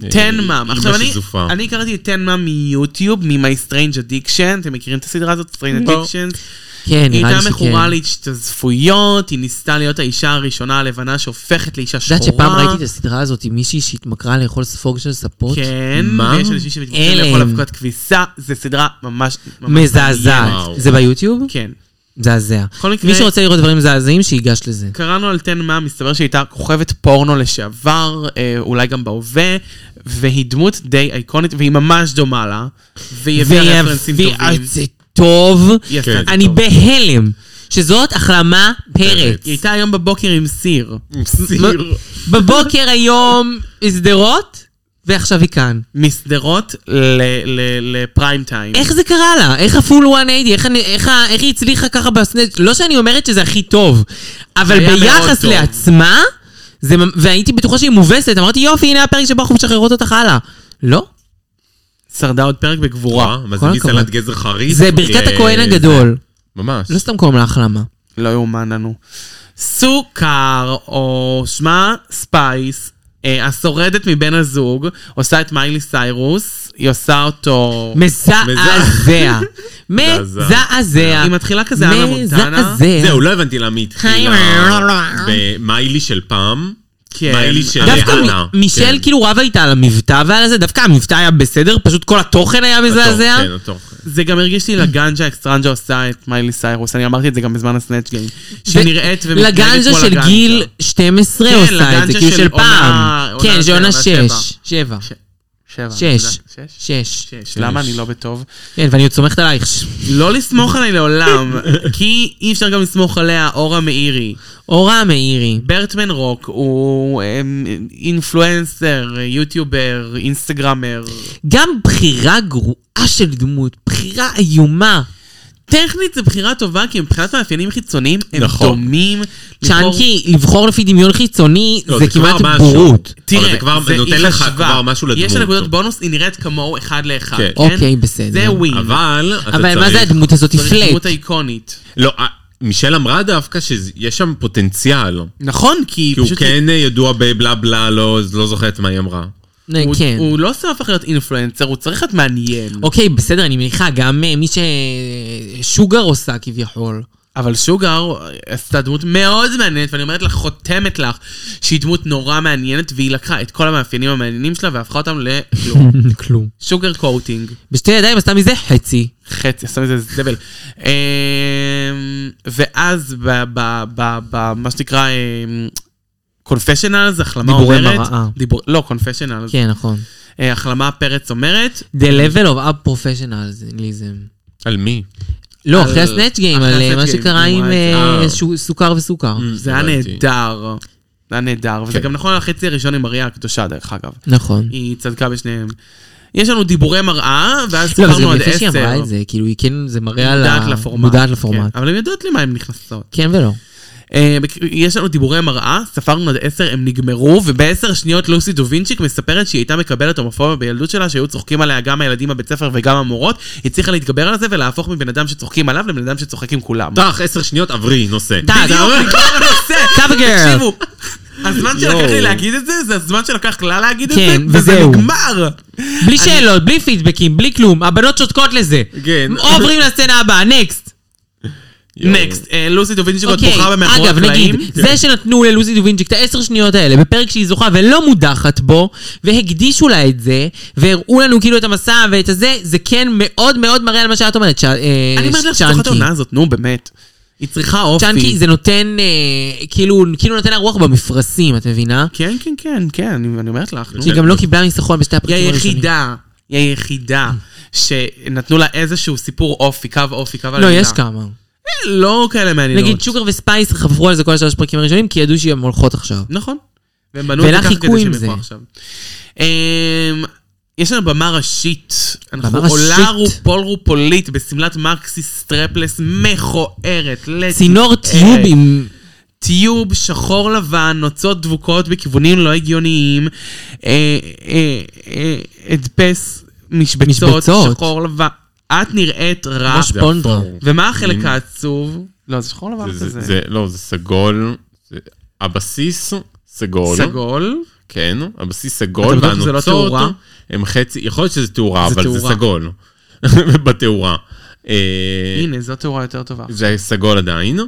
C: טן
D: אה,
C: מאם.
D: אמא
C: עכשיו, אני-
D: שזופה.
C: אני הכרתי את טן מאם מיוטיוב, מ-My Strange Addiction, אתם מכירים את הסדרה הזאת? Strange
D: לא.
C: Addiction?
B: כן,
C: היא
B: נראה לי
C: הייתה מכורה
B: שכן.
C: להשתזפויות, היא ניסתה להיות האישה הראשונה הלבנה שהופכת לאישה
B: את
C: שחורה.
B: יודעת שפעם ראיתי את הסדרה הזאת עם מישהי שהתמכרה לאכול ספוג של ספות?
C: כן,
D: מה?
C: ויש אנשים שמתמודדים
B: הלם.
C: לאכול אבקת כביסה, זו סדרה ממש... ממש מעניינת.
B: מזעזעת.
D: וואו.
B: זה ביוטיוב?
C: כן.
B: מזעזע.
C: בכל מקרה-
B: מי שרוצה לראות דברים מזעזעים, שיגש לזה.
C: קראנו על תן מה, מסתבר שהיא הייתה כוכבת פורנו לשעבר, אה, אולי גם בהווה, והיא דמות די אייקונית, והיא ממש דומה לה, והיא הביאה רפרנסים
B: והיא-
C: טובים.
B: אה, זה טוב.
C: היא עשתה את זה
B: אני
C: טוב.
B: בהלם שזאת החלמה פרץ.
C: היא הייתה היום בבוקר עם סיר.
B: לא-
D: סיר.
B: בבוקר היום שדרות, ועכשיו היא כאן.
C: משדרות ל- ל- לפריים טיים.
B: איך זה קרה לה? איך הפול 180? איך, אני, איך, ה- איך היא הצליחה ככה בסנאצ'? לא שאני אומרת שזה הכי טוב, אבל
C: היה מאוד
B: ביחס
C: טוב.
B: לעצמה, זה, ממ- והייתי בטוחה שהיא מובסת, אמרתי יופי, הנה הפרק שבו אנחנו משחררות אותך הלאה. לא,
C: שרדה עוד פרק בגבורה.
D: וואו, מה זה
B: כל הכבוד.
D: מסלט גזר חריף?
B: זה ברכת
D: אה,
B: הכהן
D: זה-
B: הגדול.
D: ממש.
B: לא סתם קוראים לה החלמה.
C: לא יאומן לנו. סוכר, או שמה ספייס, אה, השורדת מבין הזוג, עושה את מיילי סיירוס, היא עושה אותו...
B: מזעזע.
D: מזעזע.
B: מזעזע.
C: היא מתחילה כזה, אנה מונטנה.
B: מזעזע.
D: זהו, לא הבנתי למה היא התחילה במיילי של פעם.
C: כן.
D: מיילי של
B: דווקא
D: האנה.
B: מ- מישל
D: כן.
B: כאילו רבה איתה על המבטא ועל זה, דווקא המבטא היה בסדר, פשוט כל התוכן היה מזעזע.
D: התוכן, כן, התוכן.
C: זה גם הרגיש לי לגנג'ה אקסטרנג'ה עושה את מיילי סיירוס, אני אמרתי את זה גם בזמן הסנאצ' גיים. שהיא נראית ומתנהגת כמו
B: לגנג'ה של גיל 12
C: כן,
B: עושה את זה,
C: לגנג'ה
B: כאילו
C: של
B: של פעם.
C: עונה-
B: כן,
C: עונה
B: של עונה
C: שבע,
B: 6. 7.
C: שבע.
B: 6.
C: שש?
B: 6.
C: שש. למה אני לא בטוב?
B: כן, ואני עוד סומכת עלייך. ש-
C: לא לסמוך עליי לעולם, כי אי אפשר גם לסמוך עליה, אורה מאירי.
B: אורה מאירי.
C: ברטמן רוק הוא אמ, אינפלואנסר, יוטיובר, אינסטגרמר.
B: גם בחירה גרועה של דמות, בחירה איומה.
C: טכנית זו בחירה טובה, כי מבחינת מאפיינים חיצוניים, הם
D: נכון.
C: דומים. לבחור-
B: צ'אנקי, לבחור לפי דמיון חיצוני
D: לא,
B: זה
D: זה כבר
B: כמעט
D: משהו.
B: בורות.
D: אבל זה כבר נותן
C: היא
D: לך
C: חשבה.
D: כבר משהו לדמות.
C: יש לה נקודות בונוס, היא נראית כמוהו אחד לאחד.
D: כן.
C: כן?
B: אוקיי, בסדר.
C: זה ווין.
D: אבל אתה צריך...
B: אבל מה זה הדמות הזאת? היא
C: צריך דמות
B: פלט.
C: אייקונית.
D: לא, אה, מישל אמרה דווקא שיש שם פוטנציאל.
C: נכון, כי היא
D: כי הוא
C: פשוט...
D: כן אה, ידוע בבלה בלה, לא לא זוכרת מה היא אמרה.
B: אה,
C: הוא-
B: כן.
C: הוא לא סתם הפך להיות אינפלואנסר, הוא צריך להיות מעניין.
B: אוקיי, בסדר, אני מניחה, גם אה, מי ששוגר עושה כביכול.
C: אבל שוגר עשתה דמות מאוד מעניינת, ואני אומרת לך, חותמת לך, שהיא דמות נורא מעניינת, והיא לקחה את כל המאפיינים המעניינים שלה והפכה אותם לכלום.
B: כלום.
C: שוגר קוטינג.
B: בשתי ידיים עשתה מזה חצי.
C: חצי, עשה מזה זבל. אמ, ואז ב- ב- ב- ב- מה שנקרא קונפשיונלס, החלמה
B: דיבורי
C: אומרת...
B: מראה.
C: דיבור- לא, קונפשיונלס.
B: כן, נכון.
C: החלמה פרץ אומרת...
B: The level of up professionalism.
D: על מי?
B: לא,
C: על-
B: אחרי הסנאצ' גיים,
C: אחרי
B: על מה
C: ה-Snatch Game,
B: שקרה
C: נו,
B: עם
C: אז-
B: אה,
D: אה.
B: שו- סוכר וסוכר.
C: זה היה
D: הבנתי.
C: נהדר. זה היה נהדר, וזה
D: כן.
C: גם נכון על החצי הראשון עם אריה הקדושה, דרך אגב.
B: נכון.
C: היא צדקה בשניהם. יש לנו דיבורי מראה, ואז
B: לא, אבל זה
C: סיפרנו
B: גם
C: עד
B: יפה שהיא
C: עשר.
B: אמרה את זה, כאילו, היא כן, זה מראה על
C: מודעת
B: ה...
C: לפורמט.
B: מודעת
C: כן,
B: לפורמט.
C: אבל הן יודעות למה הן נכנסות.
B: כן ולא.
C: אה, בק- יש לנו דיבורי מראה, ספרנו עד עשר, הם נגמרו, ובעשר שניות לוסי דווינצ'יק מספרת שהיא הייתה מקבלת הומופוביה בילדות שלה, שהיו צוחקים עליה גם הילדים בבית ספר וגם המורות, היא הצליחה להתגבר על זה ולהפוך מבן אדם שצוחקים עליו לבן אדם שצוחק עם כולם.
D: טח, עשר שניות, עברי, נושא.
B: טח.
C: בדיוק, נגמר הנושא.
B: טאב גרל.
C: תקשיבו, הזמן שלקח לי
D: יואו.
C: להגיד את זה, זה הזמן שלקח לה להגיד את זה,
B: כן,
C: וזה
B: וזהו.
C: נגמר.
B: בלי שאלות, בלי פידבקים, בלי כלום. הבנות שותקות לזה.
D: כן.
B: עוברים לסצנה הבאה, נקסט.
D: יואו.
C: נקסט, אה, לוסי דווינצ'יק עוד
B: אוקיי,
C: בוכה במאחורי
B: אגב, נגיד, אה,
C: הקלעים. כן.
B: זה שנתנו ללוזי דווינג'יק את העשר שניות האלה בפרק שהיא זוכה ולא מודחת בו, והקדישו לה את זה, והראו לנו כאילו את המסע ואת הזה, זה כן מאוד מאוד מראה על מה שאת אומרת, אה, צ'אנקי.
C: אני אומרת לך שצריכה את העונה הזאת, נו באמת. היא צריכה אופי.
B: צ'אנקי זה נותן, אה, כאילו, כאילו נותן לה רוח במפרשים, את מבינה?
C: כן, כן, כן, כן, אני אני אומרת לך, נו.
B: שהיא גם לא קיבלה ניסחון בשתי
C: היא
B: הפרקים הראשונים.
C: היחידה, היא היחידה שנתנו לה איזשהו סיפור אופי, קו אופי, קו
B: לא,
C: עלילה.
B: יש כמה.
C: לא כאלה מעניינות.
B: נגיד שוגר וספייס חפרו על זה כל השלוש פרקים הראשונים, כי ידעו שהן הולכות עכשיו.
C: נכון. והם בנו את זה
B: ולה
C: ככה
B: חיכו
C: כדי שהם
B: עם זה.
C: ילכו עכשיו. אמ, יש לנו במה ראשית. אנחנו
B: במה ראשית.
C: עולה רופול רופולית בשמלת מקסי סטרפלס מכוערת.
B: צינור
C: לתפארת.
B: טיוב עם...
C: טיוב שחור לבן, נוצות דבוקות בכיוונים לא הגיוניים, אה, אה, אה, הדפס משבצות,
B: משבצות.
C: שחור לבן. את נראית רע.
B: כמו שפונדרה.
D: אפור.
C: ומה החלק
D: מין-
C: העצוב? לא, זה שחור לבן
D: Mm. זה- זה-
C: כזה.
D: זה- לא, זה סגול. זה- הבסיס סגול.
C: סגול.
D: כן, הבסיס סגול,
C: אתה בטוח שזה לא
D: והנוצות
C: תאורה?
D: הם חצי, יכול להיות שזה תאורה,
C: זה
D: אבל זה
C: תאורה.
D: סגול. בתאורה. אה,
C: הנה, זו תאורה יותר טובה.
D: זה סגול עדיין.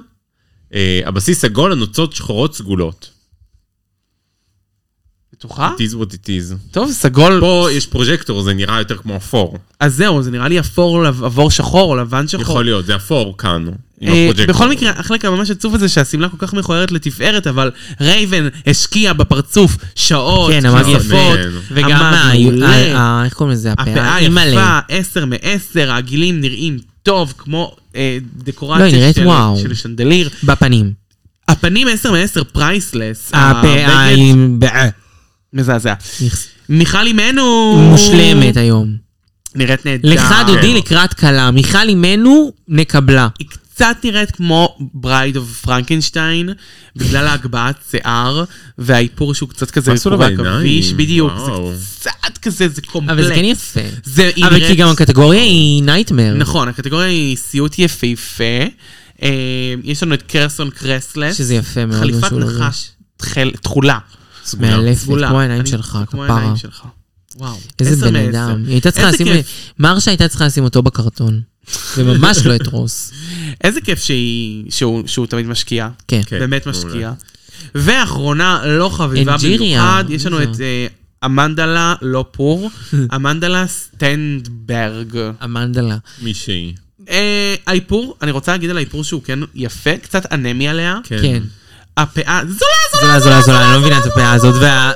D: אה, הבסיס סגול, הנוצות שחורות סגולות.
C: בטוחה?
D: It is what it is.
C: טוב, סגול.
D: פה יש פרוג'קטור, זה נראה יותר כמו אפור.
B: נכון.
C: אז זהו, זה נראה לי אפור, לב- עבור שחור או לבן שחור.
D: יכול להיות, זה אפור כאן. לא עם
C: אה,
D: הפרוג'קטור.
C: בכל מקרה, החלק הממש עצוב הזה שהשמלה כל כך מכוערת לתפארת, אבל רייבן השקיע בפרצוף שעות,
B: כן, אמרתי
D: יפה.
C: כיסופות,
B: וגם
C: עמד
B: ה...
C: מעולה.
B: ה- ה- איך קוראים לזה?
C: הפאה
B: הפאה? אימא'לה.
C: אה, יפה, 10 מ-10, העגילים נראים טוב, כמו אה,
B: לא, היא
C: דקורציה
B: נראית
C: של-
B: וואו.
C: של שנדליר.
B: בפנים.
C: הפנים 10 מ-10 פרייסלס.
B: הפאה עם...
C: מזעזע.
B: נכס.
C: מיכל אימנו.
B: מושלמת היום.
C: נראית נהדר.
B: לך דודי
D: כן.
B: לקראת כלה, מיכל אימנו נקבלה.
C: היא קצת נראית כמו ברייד אוף פרנקנשטיין, בגלל ההגבהת שיער, והאיפור שהוא קצת כזה
D: מה עשו לה
C: קורע
D: בעיניים?
C: כביש, בדיוק.
D: וואו.
C: זה קצת כזה, זה קומפלט.
B: אבל זה כן יפה.
C: זה, היא
B: אבל כי
C: נראית-
B: גם הקטגוריה היא נייטמר.
C: נכון, הקטגוריה היא סיוט יפהפה. אה, יש לנו את קרסון קרסלס.
B: שזה יפה מאוד. לא מה
C: חליפת
B: שהוא לובש.
C: נחש תחל- תכולה.
D: סגולה.
B: מאלפת,
C: סגולה.
B: כמו העיניים
C: אני-
B: שלך,
C: כמו
B: כפרה.
C: העיניים שלך. וואו.
B: איזה
C: עשר
B: בן
C: מעשר.
B: אדם. היא הייתה צריכה
C: איזה
B: לשים...
C: כיף-
B: מרשה הייתה צריכה לשים אותו בקרטון. זה ממש לא אתרוס.
C: איזה כיף שהיא- שהוא שהוא תמיד משקיע.
B: כן.
D: כן,
C: באמת
D: מעולה.
C: משקיע. ואחרונה, לא חביבה
B: אנג'יריה.
C: במיוחד, יש לנו
B: זה.
C: את אה, אמנדלה, לא פור, אמנדלה סטנדברג.
B: המנדלה.
D: מישהי.
C: אה, האיפור, אני רוצה להגיד על האיפור שהוא כן יפה, קצת אנמי עליה.
B: כן.
C: הפאה, לא- זולה,
B: זולה
C: זולה,
B: זולה זולה, אני לא מבינה את הפאה הזאת. וה-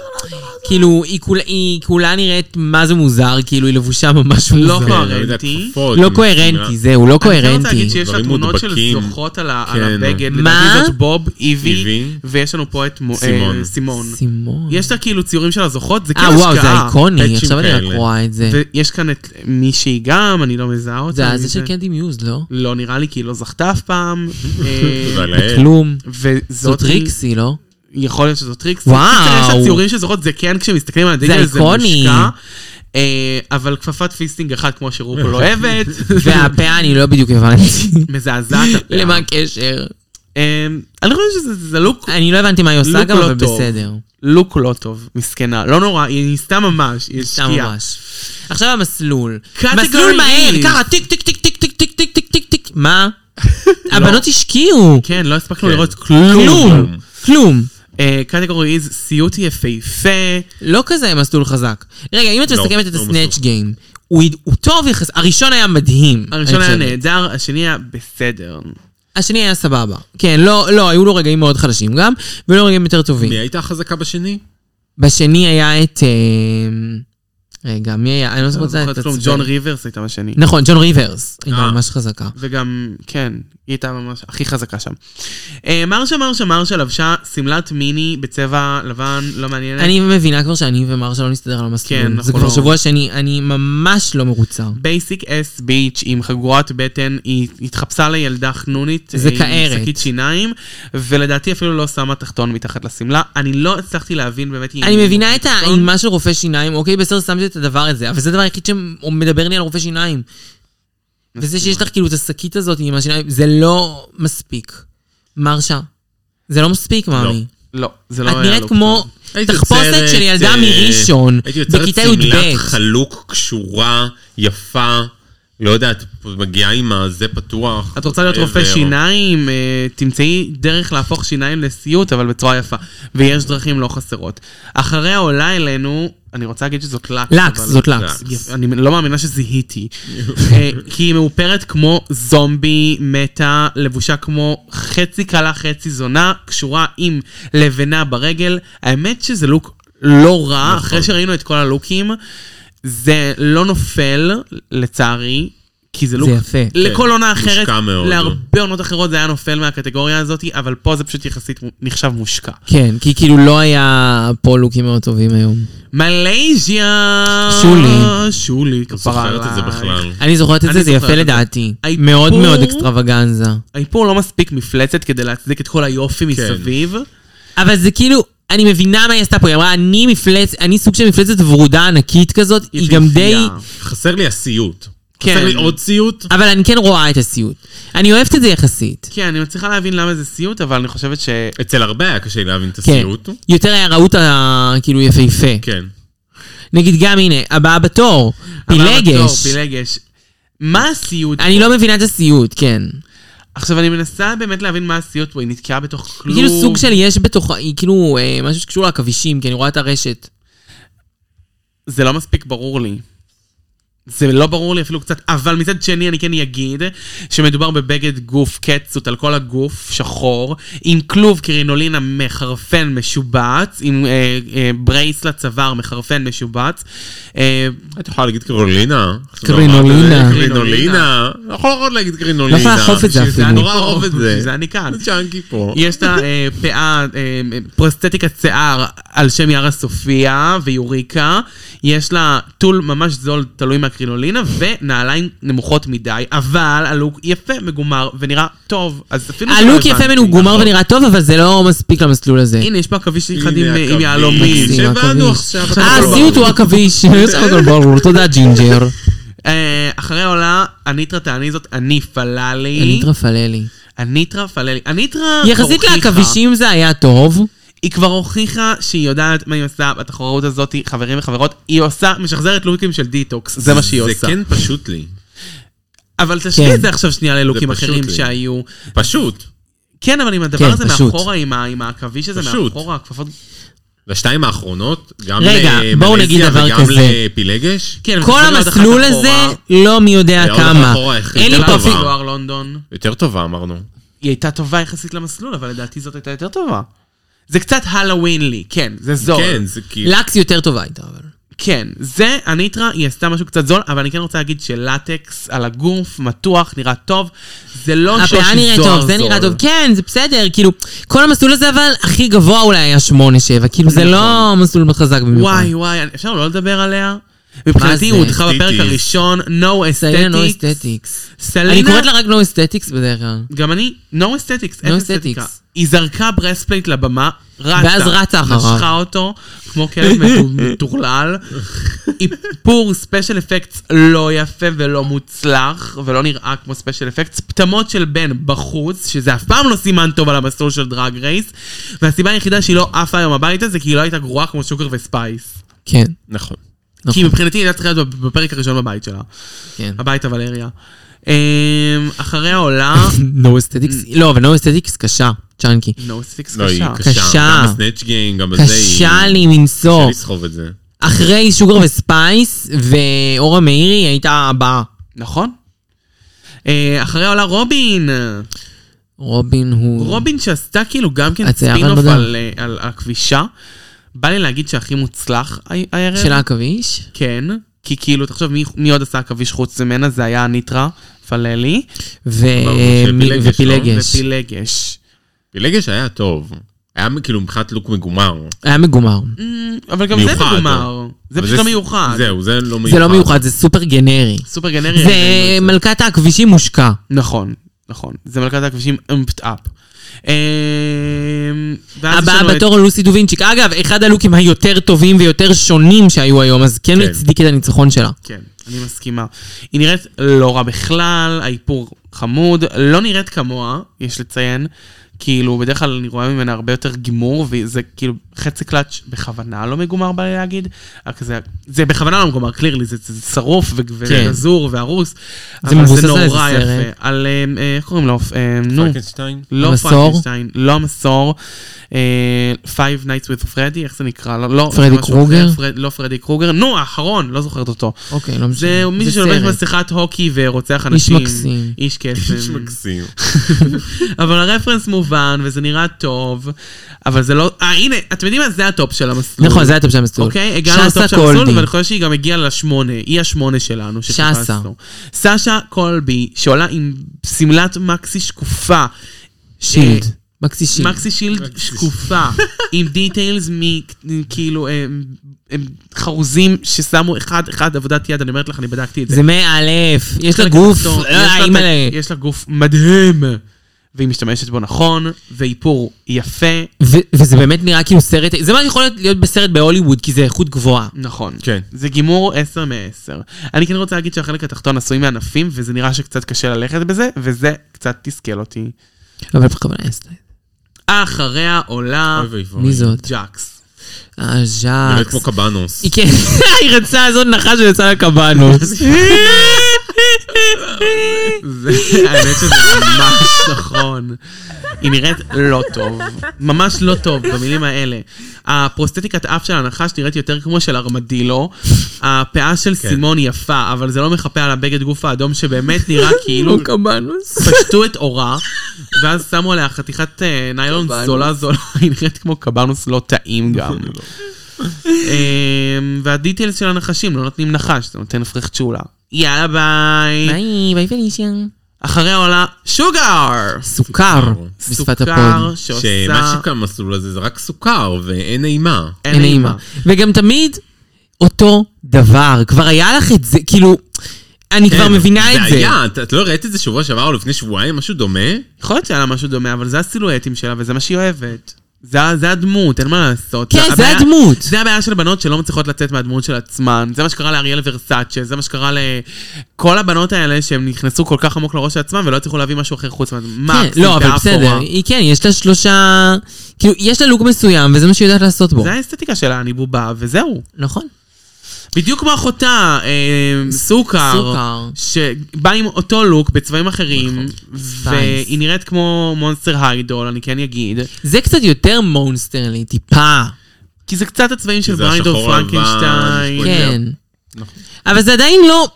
B: כאילו, היא כולה- היא כולה נראית מה זה מוזר, כאילו, היא לבושה ממש
C: לא
B: מוזר.
C: קוהרנטי.
B: לא קוהרנטי, זהו, לא
C: אני רוצה להגיד
B: קוהרנטי.
C: שיש לה
D: דברים
C: תמונות של
D: מודבקים.
C: זוכות על ה-
D: כן.
C: על הבגד.
B: מה?
C: לדעתי זאת בוב, איבי,
D: איבי.
C: ויש לנו פה את מו- אה,
D: סימון.
C: סימון.
B: סימון.
C: יש לה כאילו ציורים של הזוכות, זה
B: אה,
C: כאילו השקעה.
B: וואו, זה איקוני,
D: פאצ'ים
B: עכשיו אני רק
D: כאלה.
B: רואה את זה.
C: ויש כאן את מישהי גם, אני לא מזהה אותה.
B: זה
C: מי
B: הזה של קנדי מיוז, לא?
C: לא נראה לי, כי היא לא זכתה אף פעם. אה,
D: תודה לאל.
B: כלום. זו
C: וזאת
B: טריקסי, לא?
C: יכול להיות שזו טריקס.
B: וואו.
C: קיצר, יש לה ציורים שזוכות, זה כן, כשמסתכלים על הדגל
B: זה
C: זה
B: איקוני.
C: מושקע. אה, אבל כפפת פיסטינג אחת, כמו שרופול אוהבת,
B: והפאה אני לא בדיוק הבנתי.
C: מזעזעת. הפאה.
B: למה הקשר?
C: אה, אני חושב שזה זה לוק,
B: אני לא הבנתי מה היא עושה
C: לוק
B: גם,
C: לא
B: אבל
C: טוב.
B: בסדר.
C: לוק לא טוב, מסכנה. לא נורא, היא ניסתה ממש, היא
B: שם
C: השקיעה.
B: ממש. עכשיו המסלול.
C: Category
B: מסלול מהר,
C: is.
B: ככה טיק טיק טיק טיק טיק טיק טיק טיק טיק טיק. מה? הבנות השקיעו.
C: כן, לא הספקנו
D: כן.
C: לראות לא. כלום. אה,
B: כלום. כלום.
C: קטגורי איז סיוט יפהפה.
B: לא כזה מסלול חזק. רגע, אם את
D: לא,
B: מסכמת את
D: לא
B: הסנאצ'
D: מסלול.
B: גיים, הוא יד- הוא טוב יחס... הראשון היה מדהים.
C: הראשון
B: אני
C: היה
B: חושבת.
C: נהדר, השני היה בסדר.
B: השני היה סבבה. כן, לא, לא, היו לו רגעים מאוד חלשים גם, ולא רגעים יותר טובים.
D: אה, מי הייתה חזקה בשני?
B: בשני היה את... אה, רגע, מי היה? אני לא
C: לא
B: זוכרת
C: זוכרת
B: את
C: כלום,
B: הצבע.
C: ג'ון ריברס הייתה בשני.
B: נכון, ג'ון ריברס. היא
D: אה.
B: ממש חזקה.
C: וגם, כן, היא הייתה ממש הכי חזקה שם. אה, מרשה מרשה מרשה לבשה שמלת מיני בצבע לבן, לא מעניין.
B: אני מבינה כבר שאני ומרשה לא נסתדר על המסלול.
C: כן,
B: זה
C: אנחנו
B: כבר
C: לא-
B: שבוע שני, אני ממש לא מרוצה.
C: בייסיק אס ביץ' עם חגורת בטן, היא התחפשה לילדה חנונית.
B: זה
C: אה,
B: כערת.
C: עם שקית שיניים, ולדעתי אפילו לא שמה תחתון מתחת לשמלה. אני לא הצלחתי להבין באמת... אם-
B: אני מבינה את
C: תחתון.
B: האימה של רופא שיניים, אוקיי, בסדר, שמתי את הדבר הזה, אבל זה הדבר היחיד שמדבר לי על רופא שיניים. וזה שיש לך כאילו את השקית הזאת עם השיניים, זה לא מספיק. מרשה, זה לא מספיק, מאמי.
C: לא, זה לא
B: את
C: היה
B: נראית
C: לוק
B: כמו
C: טוב.
D: הייתי
B: תחפושת
D: יוצרת,
B: של ילדה
D: אה,
B: מראשון,
D: הייתי יוצרת
B: בכיתה י"ב.
D: שמלת חלוק, קשורה, יפה, לא יודעת, מגיעה עם הזה פתוח.
C: את רוצה להיות רופא
D: עבר.
C: שיניים, אה, תמצאי דרך להפוך שיניים לסיוט, אבל בצורה יפה. ויש דרכים לא חסרות. אחריה עולה אלינו, אני רוצה להגיד שזאת לקס.
B: לקס,
C: אבל-
B: זאת לקס.
C: יפ- אני לא מאמינה שזיהיתי. אה, כי היא מאופרת כמו זומבי מתה, לבושה כמו חצי כלה, חצי זונה, קשורה עם לבנה ברגל. האמת שזה לוק לא רע,
D: נכון.
C: אחרי שראינו את כל הלוקים, זה לא נופל, לצערי. כי זה לוק
B: יפה.
C: לכל
D: כן,
C: עונה
D: מושקע
C: אחרת,
D: מאוד.
C: להרבה עונות אחרות זה היה נופל מהקטגוריה הזאת, אבל פה זה פשוט יחסית מ- נחשב מושקע.
B: כן, כי כאילו לא היה פה לוקים מאוד טובים היום.
C: מלייזיה!
B: שולי.
C: שולי,
D: לא
C: כפרה
D: זוכרת את זה
C: עלייך.
D: בכלל.
B: אני זוכרת את
C: אני
B: זה, זה
C: זוכרת
B: יפה
C: את זה.
B: לדעתי.
C: האיפור-
B: מאוד מאוד אקסטרווגנזה.
C: האיפור לא מספיק מפלצת כדי להצדיק את כל
B: כן.
C: היופי מסביב.
B: אבל זה כאילו, אני מבינה מה היא עשתה פה, היא אמרה, אני מפלצת, אני סוג של מפלצת ורודה ענקית כזאת, היא גם די...
C: יפהפייה.
D: חסר לי הסיוט.
C: כן.
D: חסר לי עוד סיוט.
B: אבל אני כן רואה את הסיוט. אני אוהבת את זה יחסית.
C: כן, אני מצליחה להבין למה זה סיוט, אבל אני חושבת ש...
D: אצל הרבה היה קשה לי להבין את
B: כן.
D: הסיוט.
B: יותר היה ראות ה- כאילו יפהפה.
D: כן.
B: נגיד גם הנה, הבאה בתור,
C: הבא בתור,
B: פילגש.
C: פילגש. מה הסיוט?
B: אני לא מבינה את הסיוט, כן.
C: עכשיו, אני מנסה באמת להבין מה הסיוט פה, היא נתקעה בתוך כלום.
B: היא כאילו סוג של יש בתוך, היא כאילו אה, משהו שקשור לעכבישים, כי אני רואה את הרשת.
C: זה לא מספיק ברור לי. זה לא ברור לי אפילו קצת, אבל מצד שני אני כן אגיד שמדובר בבגד גוף קצות על כל הגוף, שחור, עם כלוב קרינולינה מחרפן משובץ, עם אה, אה, ברייס לצוואר מחרפן משובץ. אה,
D: את יכולה להגיד קרינולינה.
B: קרינולינה.
D: קרינולינה. לא יכול עוד להגיד קרינולינה.
B: לא יכולה לאכוף את זה
D: בשביל
B: אפילו.
D: אני נורא אהוב את זה.
C: זה אני כאן.
D: צ'אנקי פה.
C: יש לה אה, פאה, אה, פרסטטיקת שיער על שם יארה סופיה ויוריקה. יש לה טול ממש זול, תלוי מהקרינולינה, ונעליים נמוכות מדי, אבל הלוק יפה, מגומר, ונראה טוב. אז אפילו שלא
B: הלוק יפה
C: הבנתי.
B: ממנו הוא גומר ונראה טוב, אבל זה לא מספיק למסלול הזה.
C: הנה, יש פה עכביש אחד עם-
D: הנה
C: עם
D: עכביש.
C: יהלומים.
B: מקסים.
D: שהבנו
B: עכביש.
D: עכשיו.
B: אה,
D: הכל
B: הסיוט הוא
D: ברור.
B: עכביש. יש הכל ברור, תודה ג'ינג'ר.
C: אה, אחרי העולה, הניטרה תעני זאת, אני פללי.
B: אניטרה פללי.
C: הניטרה פללי. הניטרה
B: אוקיי. יחסית
C: הוכיחה-
B: לעכבישים זה היה טוב.
C: היא כבר הוכיחה שהיא יודעת מה היא עושה בתחרות הזאת, חברים וחברות. היא עושה, משחזרת לוקים של דיטוקס, זה מה שהיא
D: זה
C: עושה.
D: כן פשוט לי.
C: אבל תשווה
B: כן.
C: את זה עכשיו שנייה ללוקים
D: זה פשוט
C: אחרים
D: לי.
C: שהיו.
D: פשוט.
C: כן, אבל עם
B: כן,
C: הדבר הזה
B: פשוט.
C: מאחורה, עם ה- עם העכביש הזה
D: פשוט.
C: מאחורה, הכפפות...
D: לשתיים האחרונות, גם
B: רגע, בואו נגיד
D: למלזיה
B: דבר
D: וגם
B: כזה.
D: לפילגש.
C: כן,
B: כל
C: אבל עוד אחת
B: המסלול
C: אחורה. לא
B: הזה לא מי יודע
D: ועוד
B: כמה.
D: אחורה, איך
B: אין לי
D: יותר
B: פה
C: למה
D: לא טובה.
B: אפילו...
C: זוהר לונדון?
D: יותר טובה אמרנו.
C: היא הייתה טובה יחסית למסלול, אבל לדעתי זאת הייתה יותר טובה. זה קצת הלווין לי, כן, זה זול.
D: כן, זה כאילו...
B: לקס יותר טובה הייתה, אבל.
C: כן, זה, הניטרה, היא עשתה משהו קצת זול, אבל אני כן רוצה להגיד שלטקס על הגוף, מתוח, נראה טוב. זה לא שושי זוהר
B: הפאה
C: זול.
B: נראה טוב, זה נראה טוב. כן, זה בסדר, כאילו, כל המסלול הזה, אבל הכי גבוה אולי היה 8-7, כאילו, זה לא מסלול מאוד חזק במיוחד.
C: וואי וואי, אפשר לא לדבר עליה? מבחינתי
B: זה?
C: הוא הודחה בפרק
D: אסתטיקס.
C: הראשון, no
B: סלינה נו
C: aesthetics.
B: אסתטיקס. אני
C: סלינה,
B: קוראת לה רק נו אסתטיקס בדרך כלל.
C: גם אני, no aesthetics,
B: No
C: אין אסתטיקה.
B: aesthetics.
C: היא זרקה ברספלייט לבמה, רצה.
B: ואז רצה אחריו.
C: נשכה אותו, כמו כלב מטורלל. איפור ספיישל אפקטס לא יפה ולא מוצלח, ולא נראה כמו ספיישל אפקטס. פטמות של בן בחוץ, שזה אף פעם לא סימן טוב על המסלול של דרג רייס, והסיבה היחידה שהיא לא עפה היום הביתה זה כי היא לא הייתה גרועה כמו שוקר וספייס.
B: כן,
D: נכון.
B: נכון.
C: כי מבחינתי היא הייתה צריכה להיות בפרק הראשון בבית שלה.
B: כן.
C: הביתה ולריה. אמ, אחריה עולה...
B: נו אסתטיקס, לא, אבל נו אסתטיקס קשה, צ'אנקי.
C: נו, ספיקס
D: לא, היא
C: קשה.
D: קשה.
B: קשה.
D: גם בסנאצ' גיינג, גם בזה היא...
B: קשה לא. לי
D: קשה
B: מנשוא.
D: לסחוב את זה.
B: אחרי שוגר וספייס ואורה מאירי הייתה הבאה.
C: נכון. אה, אחריה עולה רובין.
B: רובין הוא...
C: רובין שעשתה כאילו גם כן
B: הצייר על
C: ספינוף
B: בדם.
C: על, אה, על הכבישה. בא לי להגיד שהכי מוצלח ה- הערב.
B: של העכביש?
C: כן. כי כאילו, תחשוב, מי, מי עוד עשה עכביש חוץ ממנה? זה היה ניטרה, פללי.
B: ו-
D: ברור,
B: מי-
D: שפילגש, לא?
B: ופילגש.
C: ופילגש.
D: פילגש היה טוב. היה כאילו מבחינת לוק מגומר.
B: היה מגומר.
C: אמ, אבל גם
D: מיוחד, אה.
C: זה מגומר. זה
D: אבל
C: פשוט לא מיוחד.
D: זהו, זה לא מיוחד.
B: זה לא מיוחד, זה סופר גנרי.
C: סופר גנרי.
B: זה
C: אין לנו את
B: מלכת העכבישים מושקע.
C: נכון, נכון. זה מלכת הכבישים אה, אמפט אפ.
B: הבאה בתור לוסי דובינצ'יק. אגב, אחד הלוקים היותר טובים ויותר שונים שהיו היום, אז כן הוא
D: כן.
B: הצדיק את הניצחון שלה.
C: כן, אני מסכימה. היא נראית לא רע בכלל, האיפור חמוד, לא נראית כמוה, יש לציין. כאילו, בדרך כלל אני רואה ממנה הרבה יותר גימור, וזה כאילו חצי קלאץ' בכוונה לא מגומר, בא לי להגיד. רק זה, זה בכוונה לא מגומר, קלירלי, זה, זה שרוף ו- וגזור והרוס. אבל
B: כן. מבוסס על איזה
C: נורא
B: סרט?
C: יפה. על, אה, אה, איך קוראים לו? אה, נו.
D: פרקנשטיין?
C: לא
B: המסור?
C: פרנקשטיין, לא המסור. אה, Five Nights with Freddy, איך זה נקרא? לא, לא,
B: פרדי
C: זה משהו
B: קרוגר?
C: אחר, פרד- לא פרדי קרוגר, נו, האחרון, לא זוכרת אותו.
B: אוקיי, לא משנה.
C: זה מישהו שלובש
B: סרט.
C: מסכת הוקי ורוצח אנשים.
B: מקסים.
C: איש
D: איש
C: קסם.
D: מקסים.
C: אה, אבל הרפרנס מובן, וזה נראה טוב, אבל זה לא... אה, הנה, אתם יודעים מה? זה הטופ של המסלול.
B: נכון, זה היה טוב של המסלול.
C: אוקיי, הגענו
B: שסה
C: לטופ של המסלול,
B: קולבי.
C: ואני חושב שהיא גם הגיעה לשמונה, היא השמונה שלנו. שחיפשנו.
B: שסה.
C: סשה קולבי, שעולה עם שמלת מקסי שקופה.
B: שילד.
C: אה,
B: מקסי שילד.
C: מקסי שילד שקופה, עם דיטיילס מכאילו חרוזים ששמו אחד אחד עבודת יד, אני אומרת לך, אני בדקתי את זה.
B: זה מאלף. יש לה
C: חלק
B: גוף.
C: מהסרטון,
B: אה,
C: יש לה-
B: אימא'לה.
C: יש לה גוף מדהים, והיא משתמשת בו נכון, ואיפור יפה,
B: ו- וזה באמת נראה כאילו סרט, זה מה יכול להיות- להיות בסרט בהוליווד, כי זה איכות גבוהה.
C: נכון.
D: כן.
C: זה גימור 10 מ-10. אני כן רוצה להגיד שהחלק התחתון עשוי מענפים, וזה נראה שקצת קשה ללכת בזה, וזה קצת תסכל אותי.
B: אבל בכוונה עשתה את זה.
C: אחריה עולה
D: אוי ואבוי.
B: מי זאת?
C: ג'קס.
B: אה,
D: נראית
B: ז'אקס.
D: כמו קבנוס.
B: היא כן, היא רצתה לעשות נחש ויצא לה קבנוס. אה,
C: זה- האמת שזה ממש נכון. היא נראית לא טוב, ממש לא טוב, במילים האלה. הפרוסטטיקת אף של הנחש נראית יותר כמו של ארמדילו. הפאה של סימון יפה, אבל זה לא מחפה על הבגד גוף האדום שבאמת נראה כאילו
B: לא קבנוס.
C: פשטו את עורה, ואז שמו עליה חתיכת אה, ניילון
B: קבנוס.
C: זולה זולה, היא נראית כמו קבנוס לא טעים גם. אמ, והדיטיילס של הנחשים, לא נותנים נחש, זה נותן פרחצ'ולה. יאללה ביי.
B: ביי, ביי פלישיה.
C: אחריה עולה שוגר!
B: סוכר, בשפת הפוד.
D: שמה
C: שעושה...
D: שקם במסלול הזה זה רק סוכר ואין אימה.
B: אין אימה. וגם תמיד אותו דבר, כבר היה לך את זה, כאילו, אני כבר מבינה את
D: כן, זה
B: זה.
D: היה, את- את לא ראית את זה שבוע שעבר או לפני שבועיים, משהו דומה?
C: יכול להיות שהיה לה משהו דומה, אבל זה הסילואטים שלה וזה מה שהיא אוהבת. זה, ה- זה הדמות, אין מה לעשות.
B: כן, זה
C: הבעיה-
B: הדמות.
C: זה הבעיה של בנות שלא מצליחות לצאת מהדמות של עצמן. זה מה שקרה לאריאל ורסאצ'ה, זה מה שקרה לכל הבנות האלה שהם נכנסו כל כך עמוק לראש של עצמם ולא הצליחו להביא משהו אחר חוץ מה...
B: כן, לא, אבל בסדר, היא כן, יש לה שלושה... כאילו, יש לה לוק מסוים, וזה מה שהיא יודעת לעשות בו.
C: זה האסתטיקה שלה, אני בובה, וזהו.
B: נכון.
C: בדיוק כמו אחותה, אה, סוכר,
B: סוכר. נכון.
C: שבא עם אותו לוק בצבעים אחרים, והיא נראית כמו מונסטר היידול, אני כן אגיד,
B: זה קצת יותר מונסטרלי, טיפה.
C: כי זה קצת הצבעים של
D: זה
C: בריינד אוף
D: השחור לבן,
C: נכון. פרנקנשטיין.
D: יש פה את
B: כן. אבל זה עדיין לא...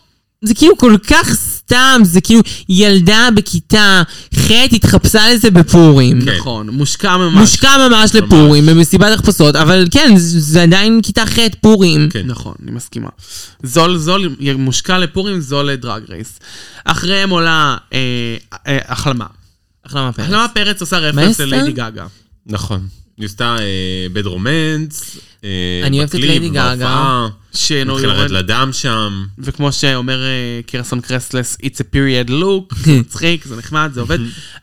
B: זה כאילו כל כך... ס- סתם, זה כאילו ילדה בכיתה ח' התחפשה לזה בפורים.
D: כן.
C: נכון, מושקע ממש.
B: מושקע ממש לפורים, במסיבת החפשות, אבל כן, זה זה עדיין כיתה ח' פורים.
D: כן.
C: נכון, אני מסכימה. זול זול, מושקע לפורים, זול לדרג רייס. אחריהם עולה אה, אה, החלמה.
B: החלמה פרץ.
C: החלמה פרץ עושה רפרנס
B: עשתה?
C: לליידי גאגה.
D: נכון. היא עשתה בד רומנס, אה,
B: אני אוהבת את
D: בקליפ,
B: ליידי גאגה.
D: בהופעה,
C: שאינו
D: התחיל
C: כן, יורד.
D: לרדת לדם שם.
C: וכמו שאומר אה, קרסון קרסלס, it's a period look, זה מצחיק, זה נחמד, זה עובד.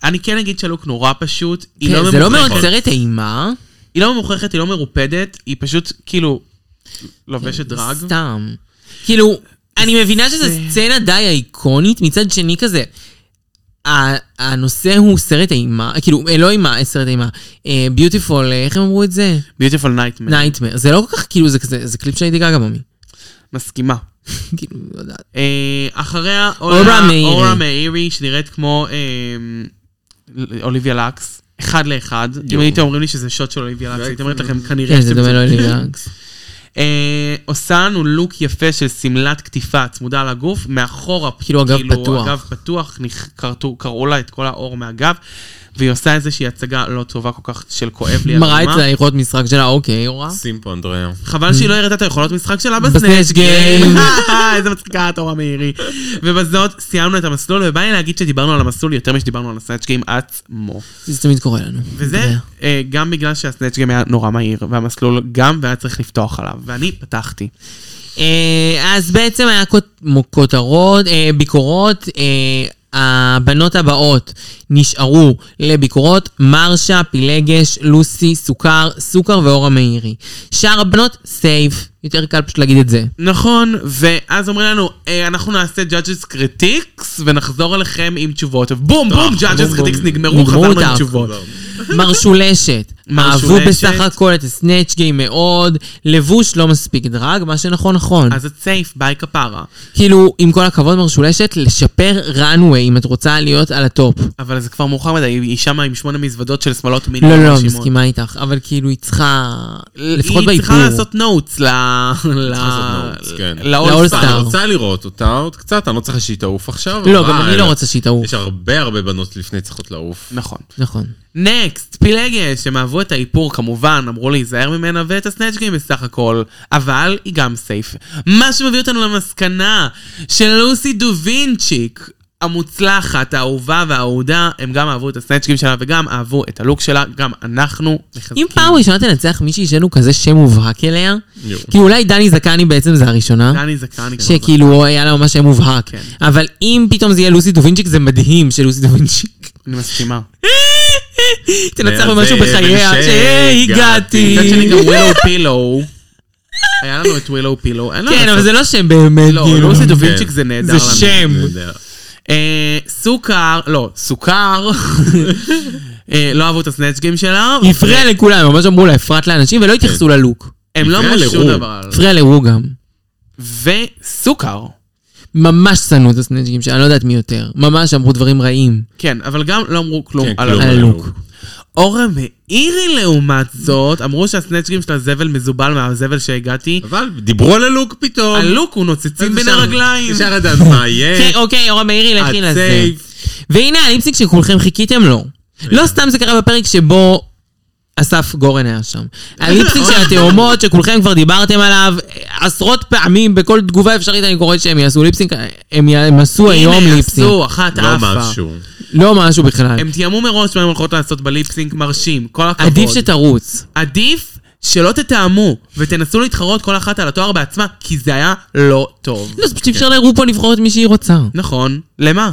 C: אני כן אגיד שהלוק נורא פשוט, היא
B: כן,
C: לא
B: זה לא
C: ממוחכת.
B: מעוצרת אימה.
C: היא לא ממוחכת, היא לא מרופדת, היא פשוט כאילו לובשת דרג.
B: כן, סתם. כאילו, אני מבינה שזו סצנה די איקונית, מצד שני כזה, ה- הנושא הוא סרט אימה, כאילו, אה, לא אימה, אה, סרט אימה, ביוטיפול, איך הם אמרו את זה?
C: Beautiful Nightmare.
B: נייטמר. זה לא כל כך, כאילו, זה כזה, זה קליפ של הייתי גגה במי.
C: מסכימה.
B: כאילו, לא יודעת.
C: אה, אחריה
B: אורה
C: עולה
B: מאירי.
C: אורה מאירי, שנראית כמו אה, אוליביה לקס, אחד לאחד. אם הייתם אומרים לי שזה שוט של אוליביה לקס, לא הייתי אומרת לכם כנראה
B: כן, זה
C: שאתם
B: דומה
C: צודקים."
B: לו לגאגס.
C: אה, עושה לנו לוק יפה של שמלת קטיפה צמודה לגוף, מאחורה,
B: כאילו, אגב פתוח.
C: אגב פתוח, נכ- קרתו- קרעו לה את כל האור מהגב, והיא עושה איזושהי הצגה לא טובה כל כך של כואב לי.
B: מראה את
C: הדוגמה.
B: היכולת משחק שלה, אוקיי, אורה.
D: סימפו אנדריאו.
B: אה,
C: חבל שהיא לא הראתה את היכולות משחק שלה
B: בסנאצ'
C: בסנאצ'
B: גיים.
C: גיים. איזה מצחיקה את אורה מאירי. ובזאת סיימנו את המסלול, ובא לי להגיד שדיברנו על המסלול יותר משדיברנו על הסנאצ' גיים עצמו.
B: זה תמיד קורה לנו. אתה
C: וזה
B: יודע.
C: אה, גם בגלל שהסנאצ' גיים היה נורא מהיר, והמסלול גם, והיה צריך לפתוח עליו, ואני פתחתי.
B: אה, אז בעצם היה כות- מו- כותרות, אה, ביקורות. אה, הבנות הבאות נשארו לביקורות מרשה, פילגש, לוסי, סוכר, סוכר ואורה מאירי. שאר הבנות, סייף. יותר קל פשוט להגיד את זה.
C: נכון, ואז אומרים לנו, "אה, אנחנו נעשה judges critics, ונחזור אליכם עם תשובות. בום, בום, judges
B: אה, בום.
C: critics
B: נגמרו
C: נגמרו, חזרנו
B: אותם.
C: עם תשובות.
B: מרשולשת, אהבו
C: מרשולשת.
B: בסך הכל את הסנאצ' גיים מאוד, לבוש לא מספיק דרג, מה שנכון נכון.
C: אז את סייף, ביי כפרה.
B: כאילו, עם כל הכבוד מרשולשת, לשפר runway אם את רוצה להיות על הטופ.
C: אבל זה כבר מאוחר מדי, היא שמה עם שמונה מזוודות של שמאלות מין.
B: לא, לא,
C: מרשימות.
B: מסכימה איתך, אבל כאילו היא צריכה, לפחות
C: כאילו, היא
B: באיפור.
C: צריכה לעשות נוטס ל...
D: לעשות notes, כן.
B: לאולסטאר.
C: לאולסטאר.
D: אני רוצה לראות אותה עוד קצת, אני לא צריכה שהיא תעוף עכשיו.
C: אה,
B: לא, גם
D: אבל אה,
B: אני לא רוצה שהיא תעוף.
D: יש הרבה הרבה בנות לפני צריכות לעוף.
C: נכון.
B: נכון.
C: נקסט, פילגש, הם אהבו את האיפור כמובן, אמרו להיזהר ממנה, ואת הסנאצ' גיים בסך הכל, אבל היא גם סייף. מה שמביא אותנו למסקנה של לוסי דו וינצ'יק, המוצלחת, האהובה והאהודה, הם גם אהבו את הסנאצ' גיים שלה וגם אהבו את הלוק שלה, גם אנחנו מחזקים.
B: אם פעם ראשונה תנצח מישהי שאין לו כזה שם מובהק אליה,
D: יואו.
B: כי אולי דני זקני בעצם זה הראשונה,
C: דני זקני כבר.
B: שכאילו היה לה ממש שם מובהק.
C: כן.
B: אבל אם פתאום זה יהיה לוסי דווינצ'יק, זה מדהים שלוסי דווינצ'יק.
C: אני מסכימה.
B: תנצח
D: זה-
B: במשהו
D: זה-
B: בחייה, אה,
D: זה-
B: שהגעתי.
D: הגעתי.
C: מצד שני גם ווילאו פילו. היה לנו את ווילאו פילו. אין לנו
B: כן, אבל
C: לעשות.
B: זה לא שם באמת,
C: לא,
B: כאילו.
C: לוסי דו
D: כן.
C: וינצ'יק זה נהדר.
B: זה
C: לנו.
B: שם.
D: אני לא יודע.
C: אה, סוכר, לא, סוכר. אה, לא אהבו את הסנאצ' גיים שלה.
B: היא הפריעה לכולם, ממש אמרו לה, הפרעת לאנשים, ולא התייחסו ללוק.
C: הם לא
D: הפריעה
C: אמרו שום
D: לרו.
C: דבר.
B: הפריע לרו גם.
C: וסוכר.
B: ממש שנאו את הסנאצ'ים שלה, אני לא יודעת מי יותר. ממש אמרו דברים רעים.
C: כן, אבל גם לא אמרו כלום.
D: כן,
C: על
D: כלום
C: ה-
B: על
D: על
B: הלוק.
D: הלוק.
C: אורה מאירי לעומת זאת, אמרו שהסנאצ' גיים שלה זבל מזובל מהזבל שהגעתי.
D: אבל דיברו על הלוק פתאום.
C: הלוק הוא נוצצים בין
D: נשאר-
C: הרגליים.
D: נשאר לדעת מה
B: כן,
D: יהיה.
B: אוקיי, אורה מאירי, לכי
D: את
B: לזה.
D: סייף.
B: והנה הליפסיק שכולכם חיכיתם לו. לא סתם זה קרה בפרק שבו אסף גורן היה שם. הליפסיק של התאומות, שכולכם כבר דיברתם עליו עשרות פעמים, בכל תגובה אפשרית אני קוראת שהם יעשו ליפסיק, הם י- הם עשו היום
C: הנה,
B: ליפסיק.
C: עשו, אחת
D: לא
C: עפה.
D: משהו.
B: לא משהו בכלל.
C: הם תיאמו מראש מה הם הולכות לעשות בליפסינק מרשים, כל הכבוד.
B: עדיף שתרוץ.
C: עדיף שלא תתאמו ותנסו להתחרות כל אחת על התואר בעצמה, כי זה היה לא טוב.
B: לא, זה פשוט אפשר לרופו לבחור את מי שהיא רוצה.
C: נכון, למה?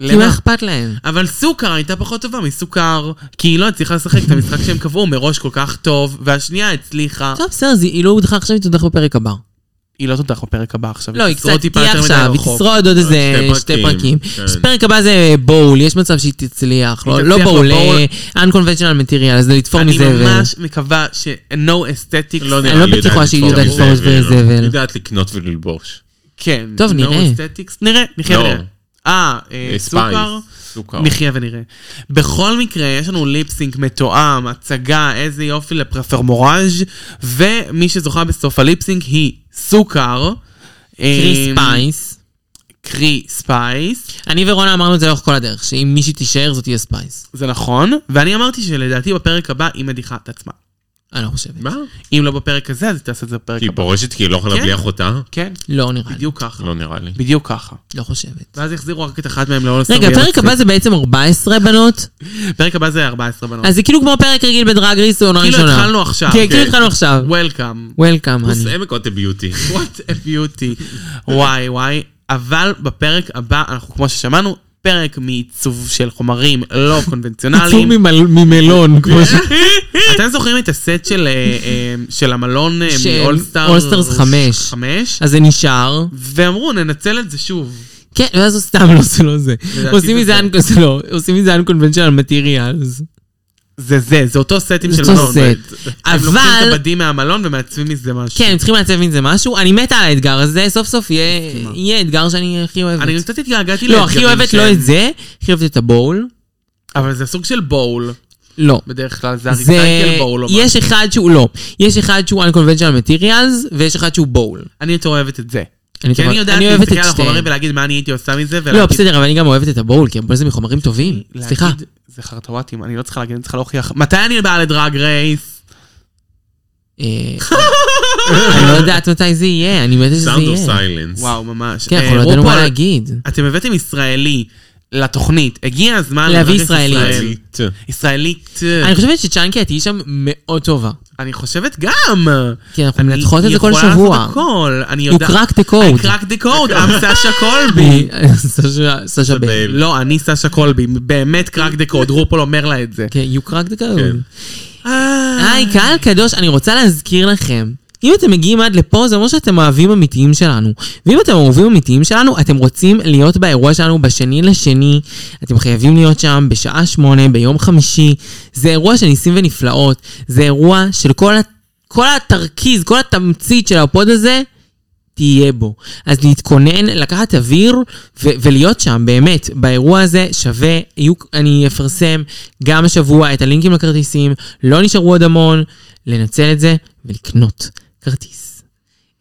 B: כי מה
C: למה?
B: אכפת להם?
C: אבל סוכר הייתה פחות טובה מסוכר, כי היא לא הצליחה לשחק את המשחק שהם קבעו מראש כל כך טוב, והשנייה הצליחה.
B: טוב, בסדר, זה- היא לא הודחה עכשיו, היא תודח בפרק הבא.
C: היא לא תותח בפרק הבא עכשיו,
B: לא, היא
C: תצרוד
B: קצת
C: טיפה
B: תהיה
C: יותר מדי
B: עכשיו, היא
C: רחוק. אה,
B: תשרוד עוד איזה
D: שתי
B: שתי פרקים.
D: פרקים, כן.
B: פרק הבא זה בול, יש מצב שהיא תצליח. לא- לא
C: תצליח
B: בול,
C: בבול.
B: unconventional material, זה לתפור
C: אני
B: מזבל.
C: ממש מקווה ש... no aesthetics.
D: לא
B: לא
D: נראה לי
B: בטוחה שהיא
D: לתפור
B: יודעת לתפור
D: מזבל.
B: מזבל.
D: היא יודעת לקנות וללבוש.
C: כן.
B: טוב,
C: no
B: נראה.
C: aesthetics. נראה, נחיה
D: לא.
C: ונראה. אה, אה,
D: אה,
C: סוכר.
D: ספייס. סוכר.
C: נחיה ונראה. בכל מקרה, יש לנו ליפסינק מתואם, הצגה, איזה יופי לפרפרמוראז' ומי שזוכה בסוף הליפסינק היא סוכר.
B: קריס
C: אמ,
B: פייס.
C: קרי ספייס.
B: אני ורונה אמרנו את זה לאורך כל הדרך, שאם מישהי תישאר זאת תהיה ספייס.
C: זה נכון, ואני אמרתי שלדעתי בפרק הבא היא מדיחה את עצמה.
B: אני לא חושבת.
D: מה?
C: אם לא בפרק הזה, אז היא תעשה את זה בפרק
D: כי היא
C: הבא.
D: פורשת כי היא לא יכולה
C: כן.
D: בלי אחותה?
C: כן,
B: לא נראה לי.
C: בדיוק ככה.
D: לא נראה לי.
C: בדיוק ככה.
B: לא חושבת.
C: ואז יחזירו רק את אחת מהם לאולסטר.
B: רגע, הפרק הבא זה בעצם 14 בנות?
C: לא. הפרק הבא זה 14 בנות.
B: אז זה כאילו כמו פרק רגיל בדרג ריס בעונה
C: כאילו
B: ראשונה.
C: התחלנו עכשיו.
B: כן,
C: כן.
B: כאילו התחלנו עכשיו.
C: וולקאם.
B: Welcome, honey.
D: עמק עוד ביוטי.
C: What a beauty. וואי וואי. אבל בפרק הבא, אנחנו כמו ששמענו, פרק מעיצוב של חומרים לא קונבנציונליים.
B: ממלון, כמו ש...
C: אתם זוכרים את הסט של, אה, אה, של המלון אה,
B: של
C: מאולסטאר?
B: אולסטארס חמש.
C: חמש?
B: אז זה נשאר.
C: ואמרו, ננצל את זה שוב.
B: כן, ואז הוא סתם לא, זה לא זה.
C: לדעתי
B: עושים
C: זה
B: מזה
C: זה.
B: un- זה לא, עושים מזה unconventional materials.
C: זה זה, זה אותו סטים של
B: אותו
C: מלון.
B: סט.
C: הם לוקחים את
B: אבל-
C: הבדים מהמלון ומעצבים מזה משהו.
B: כן, הם צריכים לעצב מזה משהו. אני מתה על האתגר הזה, סוף סוף יהיה- יהיה אתגר שאני הכי אוהבת.
C: אני קצת התגעגעתי
B: לא, הכי אוהבת לא
C: שהם-
B: את זה, הכי אוהבת את הבול.
C: אבל זה סוג של בול,
B: לא.
C: בדרך כלל, זה
B: זה...
C: הריסייקל בול. או משהו.
B: יש אחד שהוא לא. יש אחד שהוא unconventional materials, ויש אחד שהוא בול.
C: אני יותר אוהבת את זה.
B: אני
C: כי
B: טוב-
C: אני יודעת
B: אני אוהבת
C: להסתכל
B: את
C: על החומרים
B: שתיהן.
C: ולהגיד מה אני הייתי עושה מזה.
B: לא,
C: ולהגיד-
B: בסדר, אבל אני גם אוהבת את הבול, כי הבול זה מחומרים טובים.
C: להגיד,
B: סליחה.
C: זה חרטוואטים, אני לא צריכה להגיד, אני צריכה להוכיח. מתי אני באה לדרג רייס?
B: אה, אני לא יודעת מתי זה יהיה, אני מתה שזה
D: סאונד אוף
B: יהיה.
D: סיילנס.
C: וואו, ממש.
B: כן,
C: אה,
B: אנחנו לא ידענו
C: רופול,
B: מה להגיד.
C: אתם הבאתם ישראלי לתוכנית, הגיע הזמן
B: להביא
C: לדרג את
B: ישראלית.
C: ישראל. ישראלית.
B: אני חושבת שצ'אנקי את תהיי שם מאוד טובה.
C: אני חושבת גם.
B: כי כן, אנחנו
C: אני
B: מנתחות את זה כל
C: יכולה
B: שבוע.
C: לעשות הכל. אני
B: You
C: יודעת.
B: crack the code.
C: I crack the code, I'm סשה קולבי.
B: סשה- סשה בל.
D: בל.
C: לא, אני סשה קולבי, באמת crack the code, רופול אומר לה את זה.
B: כן, you crack the
D: כן.
B: code. היי, קהל קדוש, אני רוצה להזכיר לכם. אם אתם מגיעים עד לפה, זה אומר שאתם אוהבים אמיתיים שלנו. ואם אתם אוהבים אמיתיים שלנו, אתם רוצים להיות באירוע שלנו בשני לשני. אתם חייבים להיות שם בשעה שמונה, ביום חמישי. זה אירוע של ניסים ונפלאות. זה אירוע של כל, ה- כל התרכיז, כל התמצית של הפוד הזה, תהיה בו. אז להתכונן, לקחת אוויר ו- ולהיות שם, באמת, באירוע הזה שווה, יהיו, אני אפרסם גם השבוע את הלינקים לכרטיסים, לא נשארו עוד המון, לנצל את זה ולקנות כרטיס.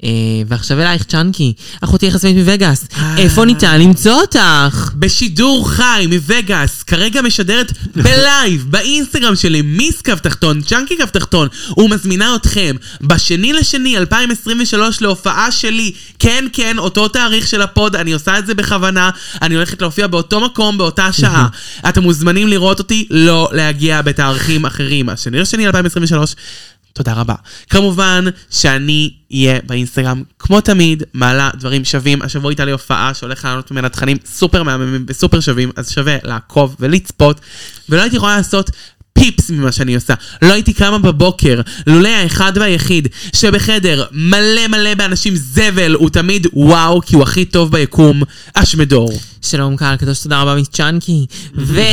B: אה, ועכשיו אלייך, צ'אנקי, אחותי החסמית מווגאס, איפה ניתן למצוא אותך?
C: בשידור חי מווגאס, כרגע משדרת בלייב, באינסטגרם שלי, מיס קו תחתון, צ'אנקי קו תחתון, ומזמינה אתכם בשני לשני 2023 להופעה שלי, כן כן, אותו תאריך של הפוד, אני עושה את זה בכוונה, אני הולכת להופיע באותו מקום, באותה שעה. אתם מוזמנים לראות אותי, לא להגיע בתאריכים אחרים. השני לשני 2023. תודה רבה. כמובן שאני אהיה באינסטגרם, כמו תמיד, מעלה דברים שווים. השבוע הייתה לי הופעה שהולך לעלות ממנה תכנים סופר מהממים וסופר שווים, אז שווה לעקוב ולצפות. ולא הייתי יכולה לעשות פיפס ממה שאני עושה. לא הייתי קמה בבוקר, לולא האחד והיחיד שבחדר מלא מלא באנשים זבל, הוא תמיד וואו, כי הוא הכי טוב ביקום, אשמדור.
B: שלום קהל קדוש, תודה רבה מצ'אנקי.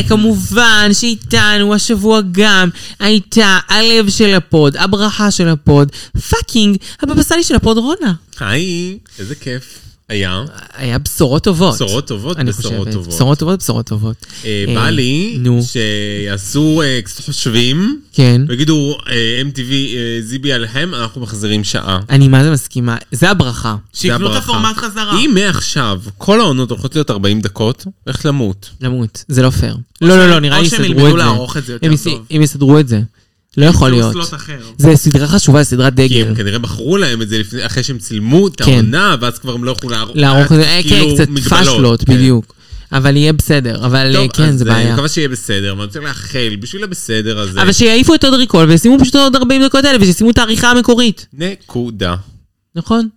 B: וכמובן שאיתנו השבוע גם הייתה הלב של הפוד, הברכה של הפוד, פאקינג הבבא סאלי של הפוד רונה.
D: היי, איזה כיף. היה.
B: היה בשורות טובות.
D: בשורות טובות,
B: אה, אני
D: בשורות
B: חושבת.
D: טובות.
B: בשורות טובות, בשורות טובות.
D: אה,
B: אה,
D: בא לי
B: נו,
D: שיעשו אה, קצת חושבים,
B: כן.
D: ויגידו אה, MTV, אה, זיבי עליהם, אנחנו מחזירים שעה.
B: אני מה זה מסכימה, זה הברכה.
C: שיקנו את
D: הברכה.
C: הפורמט
B: אה.
C: חזרה.
D: אם מעכשיו כל העונות הולכות להיות 40 דקות, הולך למות.
B: למות, זה לא פייר. לא, לא, לא, נראה לי
C: שהם
B: יסדרו את זה.
C: ילמדו לערוך את זה יותר
B: הם יס-
C: טוב.
B: הם יסדרו את זה. לא יכול
C: זה
B: להיות.
C: סלוט אחר.
B: זה סדרה חשובה, זה סדרת
D: כאילו כי
B: דגל.
D: הם כן. כנראה מכרו להם את זה לפני, אחרי שהם צילמו את
B: כן.
D: העונה, ואז כבר הם לא יכלו לערוך.
B: לערוך את זה, אה,
D: כאילו,
B: כן, קצת
D: מגבלות.
B: פאשלות,
D: כן.
B: בדיוק. אבל יהיה בסדר, אבל אה,
D: טוב,
B: כן,
D: אז,
B: זה
D: אה, אני
B: בעיה.
D: מקווה שיהיה בסדר, ואני צריך לאחל בשביל הבסדר הזה.
B: אבל שיעיפו את עוד ריקול וישימו פשוט עוד 40 דקות האלה ושישימו את העריכה המקורית,
D: נקודה.
B: נכון?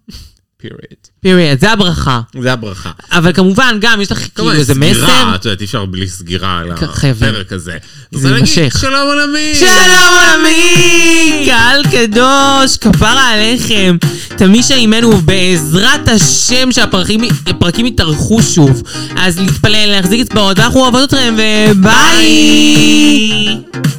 D: period.
B: פיריד, זה הברכה.
D: זה הברכה.
B: אבל כמובן גם, יש לך כאילו
D: כמובן,
B: איזה כאילו, מסר.
D: סגירה, את יודעת, אי אפשר בלי סגירה על
B: כ- חייבים.
D: הפרק הזה. אז
B: זה
D: אני אגיד,
B: יימשך.
D: שלום עולמי!
B: שלום עמי! קהל קדוש, כפרה עליכם. תמישה עימנו, ובעזרת השם שהפרקים הפרקים יתארכו שוב. אז להתפלל, להחזיק אצבעות, ואנחנו אוהבות אתכם, וביי!